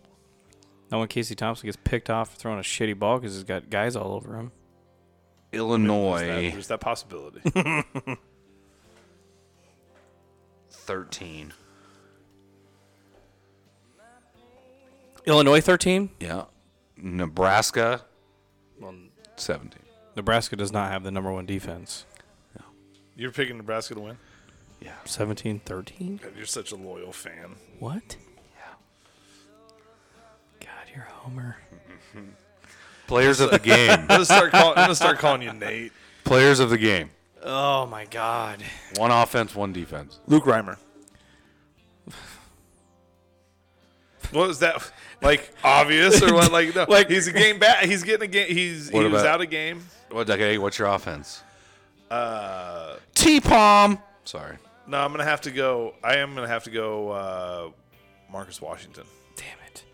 Now, when Casey Thompson gets picked off for throwing a shitty ball because he's got guys all over him.
There's that,
Illinois
there's that possibility.
13.
Illinois 13.
Yeah. Nebraska 17.
Nebraska does not have the number one defense.
You're picking Nebraska to win.
17 13?
God, you're such a loyal fan.
What? Yeah. God, you're a homer.
Players (laughs) of the game.
I'm gonna start, call, I'm gonna start calling you Nate.
Players of the game.
Oh, my God.
One offense, one defense.
Luke Reimer. What was that like? Obvious or what? Like, no, like he's a game back. He's getting a game. He's he
What
was
about-
out a game.
What, okay, what's your offense?
Uh,
T Palm. Sorry.
No, I'm gonna have to go. I am gonna have to go. Uh, Marcus Washington.
Damn it.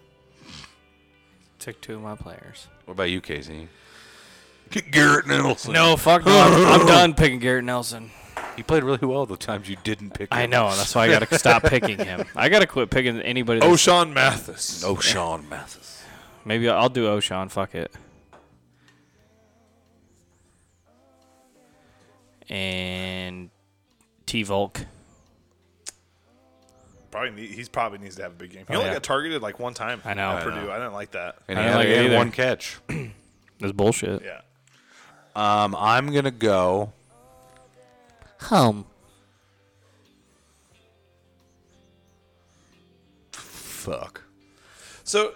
Took two of my players.
What about you, Casey? Garrett Nelson.
No, fuck no. I'm, I'm (laughs) done picking Garrett Nelson.
he played really well the times you didn't pick.
I
him.
know. That's why I got to stop picking (laughs) him. I got to quit picking anybody. That's,
O'Shawn Mathis.
No, Sean Mathis.
maybe I'll do O'Shawn. Fuck it. And T Volk.
Probably need, he's probably needs to have a big game. He only
yeah.
got targeted like one time.
I know.
at
I
Purdue. I didn't like that.
And
I
he
don't
had,
like
he had
it either.
one catch.
That's bullshit.
Yeah.
Um, I'm gonna go.
Home.
Fuck.
So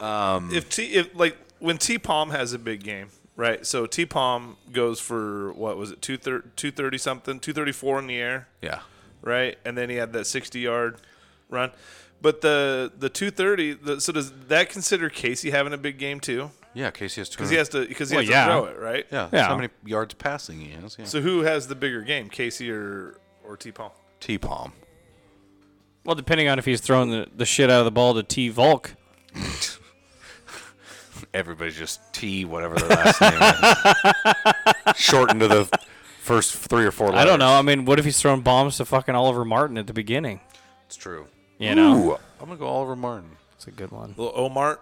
if T if like when T Palm has a big game, right? So T Palm goes for what was it two thirty something, two thirty four in the air,
Yeah.
right? And then he had that sixty yard run. But the the two thirty, so does that consider Casey having a big game too?
Yeah. Casey has two.
Because he has to because he
Well,
has
yeah.
to throw it, right?
Yeah.
Yeah.
That's how many yards passing he has? Yeah.
So who has the bigger game, Casey or or T Palm?
T Palm.
Well, depending on if he's throwing the, the shit out of the ball to T Volk.
Everybody's just T whatever their last name
(laughs)
is. Shortened to the first three or four. Letters.
I don't know. I mean, what if he's throwing bombs to fucking Oliver Martin at the beginning?
It's true.
You know?
Ooh, I'm gonna go Oliver Martin.
It's a good one.
Little Omar.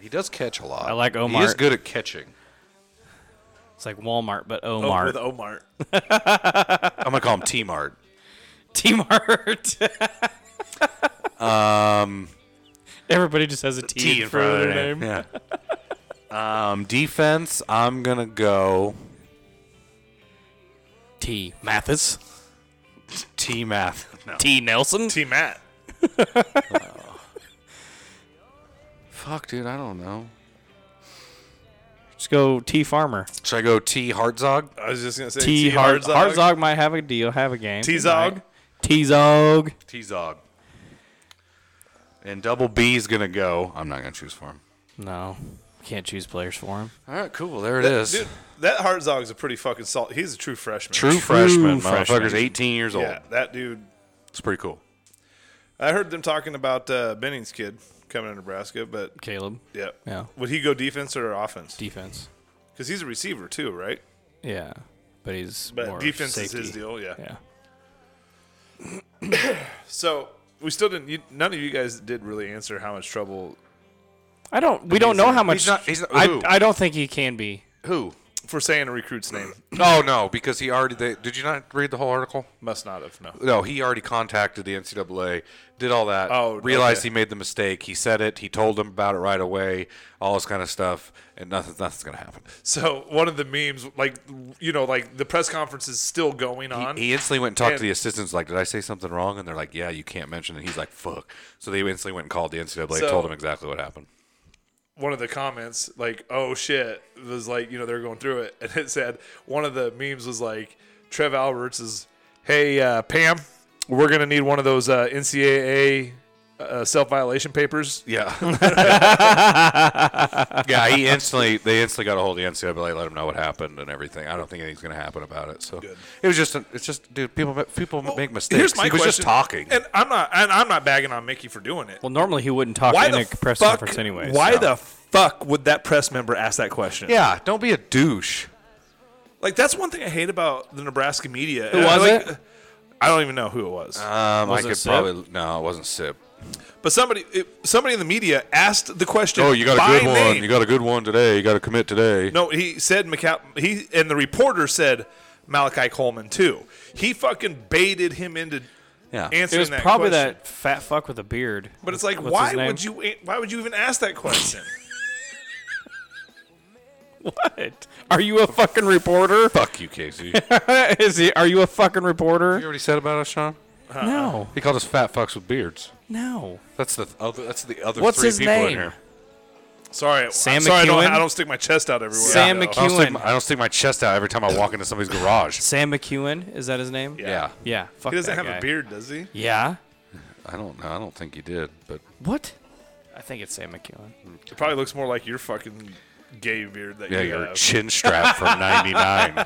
He does catch a lot.
I like
He is
Omar.
good at catching.
It's like Walmart, but
Oh,
Omar.
with Omar.
I'm gonna call him T Mart.
T Mart.
Um,
Everybody just has a T, in front of their name.
Yeah. (laughs) um, defense. I'm gonna go
T Mathis.
T Math. No.
T Nelson.
T Matt.
Fuck, dude. I don't know.
Let's go T Farmer.
Should I go T Hartzog?
I was just gonna say
T
T
Hard-
Hardzog.
Hardzog might have a deal, have a game.
T Zog.
T Zog.
T Zog. And double B's gonna go. I'm not gonna choose for him.
No. Can't choose players for him.
All right, cool. There it is.
Dude, that Hartzog's a pretty fucking salt. He's a true freshman.
True, freshman,
freshman.
motherfucker's 18 years old.
Yeah, that dude.
It's pretty cool.
I heard them talking about uh, Benning's kid coming to Nebraska, but
Caleb.
yeah.
Yeah.
Would he go defense or offense?
Defense.
Because he's a receiver too, right?
Yeah. But he's
But
more
defense
safety.
is his deal. Yeah.
Yeah.
So we still didn't. You, none of you guys did really answer how much trouble
I don't. We don't know how much.
He's not- he's not- who?
I, I don't think he can be.
Who?
for saying a recruit's
(clears throat)
name.
Oh no, because he already. They, did you not read the whole article?
Must not have. No.
No, he already contacted the NCAA, did all that.
Oh,
realized
okay.
he made the mistake. He said it. He told them about it right away. All this kind of stuff, and nothing, nothing's gonna happen.
So one of the memes, like you know, like the press conference is still going on.
He instantly went and talked
And-
to the assistants, like, "Did I say something wrong?" And they're like, "Yeah, you can't mention it." He's like, "Fuck!" So they instantly went and called the NCAA,
So-
told them exactly what happened.
one of the comments, like, oh shit, was like, you know, they're going through it. (laughs) And it said, one of the memes was like, Trev Alberts is, hey, uh, Pam, we're going to need one of those uh, NCAA uh, self violation papers.
Yeah, (laughs) yeah. He instantly, they instantly got a hold of the NCAA, let them know what happened and everything. I don't think anything's gonna happen about it. So it was just, an, it's just, dude. People, people make mistakes.
Here's my
he was
question.
just talking.
And I'm not, and I'm not bagging on Mickey for doing it.
Well, normally he wouldn't talk in a press conference anyway.
Why
so.
the fuck would that press member ask that question?
yeah, don't be a douche.
Like, that's one thing I hate about the Nebraska media. Who
was
like,
it?
I don't even know who it was.
Um,
Was
I
it
could
Sip?
probably no, it wasn't Sip.
but somebody it, somebody in the media asked the question.
Oh, you got
by
a good one.
name.
You got a good one today. You got to commit today.
No, he said McCall. He and the reporter said Malachi Coleman too. He fucking baited him into
Yeah.
It
answering
was
that
probably
question.
that fat fuck with a beard.
But it's like,
What's
why
his name? (laughs)
would you? Why would you even ask
(laughs)
that question?
What? Are you a fucking reporter? (laughs)
Fuck you, Casey. you
Is he? Are you a fucking reporter?
already said about us, Sean.
No,
He called us fat fucks with beards.
no.
That's the other. That's the other
What's
three
his
people in
name?
here.
sorry,
Sam
I'm sorry. I don't,
McEwen?
I don't stick my chest out everywhere.
Sam
I go.
I don't, stick
McEwen.
my, I don't stick my chest out every time I walk into somebody's garage.
Sam McEwen is that his name?
Yeah.
Yeah.
(laughs) Yeah. Fuck
He doesn't
that
have
guy.
a beard, does he?
Yeah.
I don't know. I don't think he did, but
What? I think it's Sam McEwen.
It probably looks more like your fucking gay beard that
uh,
yeah,
you
your
(laughs)
have.
chin strap from '99.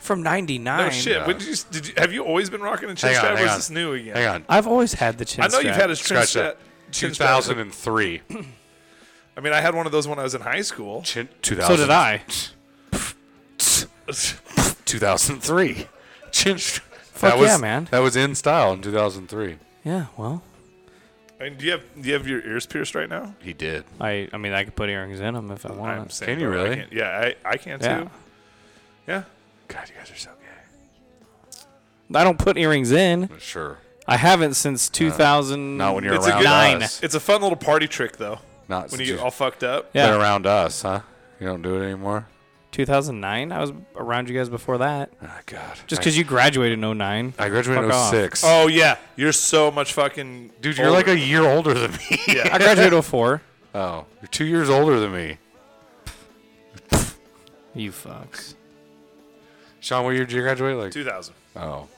from '99.
No Oh, shit.
Yeah.
When did you, did you have you always been rocking a chin
Hang on,
strap? Or
hang
is
on.
this new again?
Hang on.
I've always had the chin.
I know you've had a chin
Scratch
strap.
that.
Chin strap.
2003.
I mean, I had one of those when I was in
(laughs)
high school. (laughs)
Chin, 2000,
So did I.
2003. Chin strap.
Fuck
that was,
yeah, man.
That was in style in 2003.
Yeah. Well,
I mean, do you have do you have your ears pierced right now?
He did.
I. I mean, I could put earrings in them if I
I'm
wanted.
saying,
Uh, Can you
bro, I
really?
can't- yeah, I, I can
Yeah.
too. Yeah.
God, you guys are so gay.
I don't put earrings in.
Sure.
I haven't since 2000.
Not when you're
It's a
around
good-
Nine.
us.
It's a fun little party trick though.
Not
When
since
you
you
get all fucked up.
Yeah.
been around us, huh? You don't do it anymore.
2009. I was around you guys before that.
Oh, God.
Just because you graduated in 09.
I, I graduated
Fuck
in
off.
06.
Oh yeah, you're so much fucking
dude, you're like a year older than me. (laughs)
I graduated in 04.
Oh, you're two years older than me.
You fucks.
Sean, what year did you graduate? Like,
2000.
oh.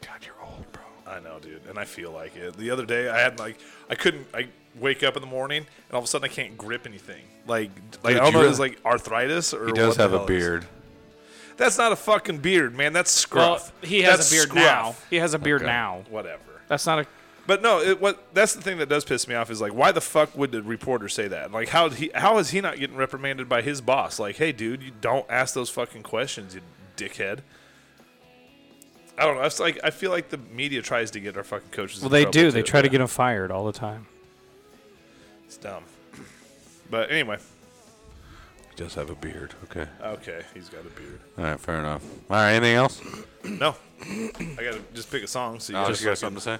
God, you're old, bro.
I know, dude, and I feel like it. The other day, I had like I couldn't. I wake up in the morning, and all of a sudden, I can't grip anything. Like, like I
Dude,
don't
you
know, if it's
really-
like arthritis or
He does
what the
have a
hell it is.
beard.
That's not a fucking beard, man. That's
Well,
scruff.
he has
That's
a beard now.
scruff.
He has a beard
Okay.
now.
Whatever.
That's not a.
But no, it, what that's the thing that does piss me off is like, why the fuck would the reporter say that? Like, how he how is he not getting reprimanded by his boss? Like, hey, dude, you don't ask those fucking questions, you dickhead. I don't know. It's like I feel like the media tries to get our fucking coaches.
Well,
in
they
trouble,
do. They
too.
try to
Yeah.
get him fired all the time.
It's dumb. But anyway,
He does have a beard. Okay.
okay, he's got a beard.
All right, fair enough. All right, anything else?
No, I gotta just pick a song. So you guys
Alex, you got something to say?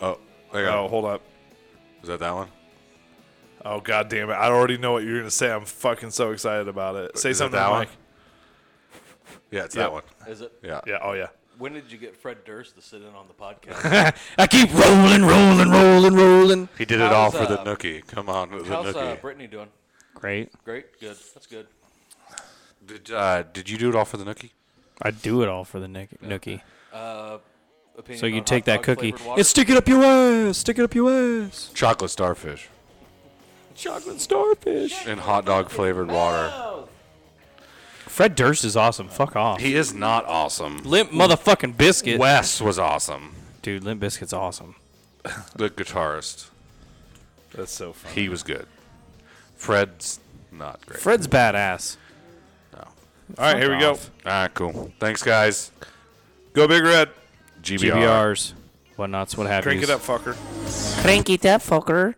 Oh, there you
Oh,
go.
hold up.
Is that that one?
Oh god damn it! I already know what you're gonna say. I'm fucking so excited about it. Say
Is that
something,
that
Mike.
Yeah, it's
Yeah.
that one.
Is it?
Yeah.
Yeah. Oh yeah.
When did you get Fred Durst to sit in on the podcast?
I keep rolling, rolling, rolling, rolling.
He did it
How's,
all for the
uh,
nookie. Come on, with the
How's uh,
nookie.
Brittany doing?
Great.
Great, good. That's good.
did, uh, did you do it all for the nookie?
I do it all for the nick- nookie.
Opinion
So you
on
take
hot
that
dog
cookie.
flavored water?
It's stick it up your ass. Stick it up your ass.
Chocolate starfish
Chocolate starfish.
and hot dog flavored water.
Fred Durst is awesome. Fuck off.
He is not awesome.
Limp motherfucking biscuit.
Wes was awesome.
Dude, Limp Biscuit's awesome.
The guitarist.
That's so funny.
He was good. Fred's not great.
Fred's badass.
All right, here we go.
off.
All right, cool. Thanks, guys.
Go big red.
GBR.
GBRs, whatnots, what have you.
Drink it up, fucker.
Crank it up, fucker.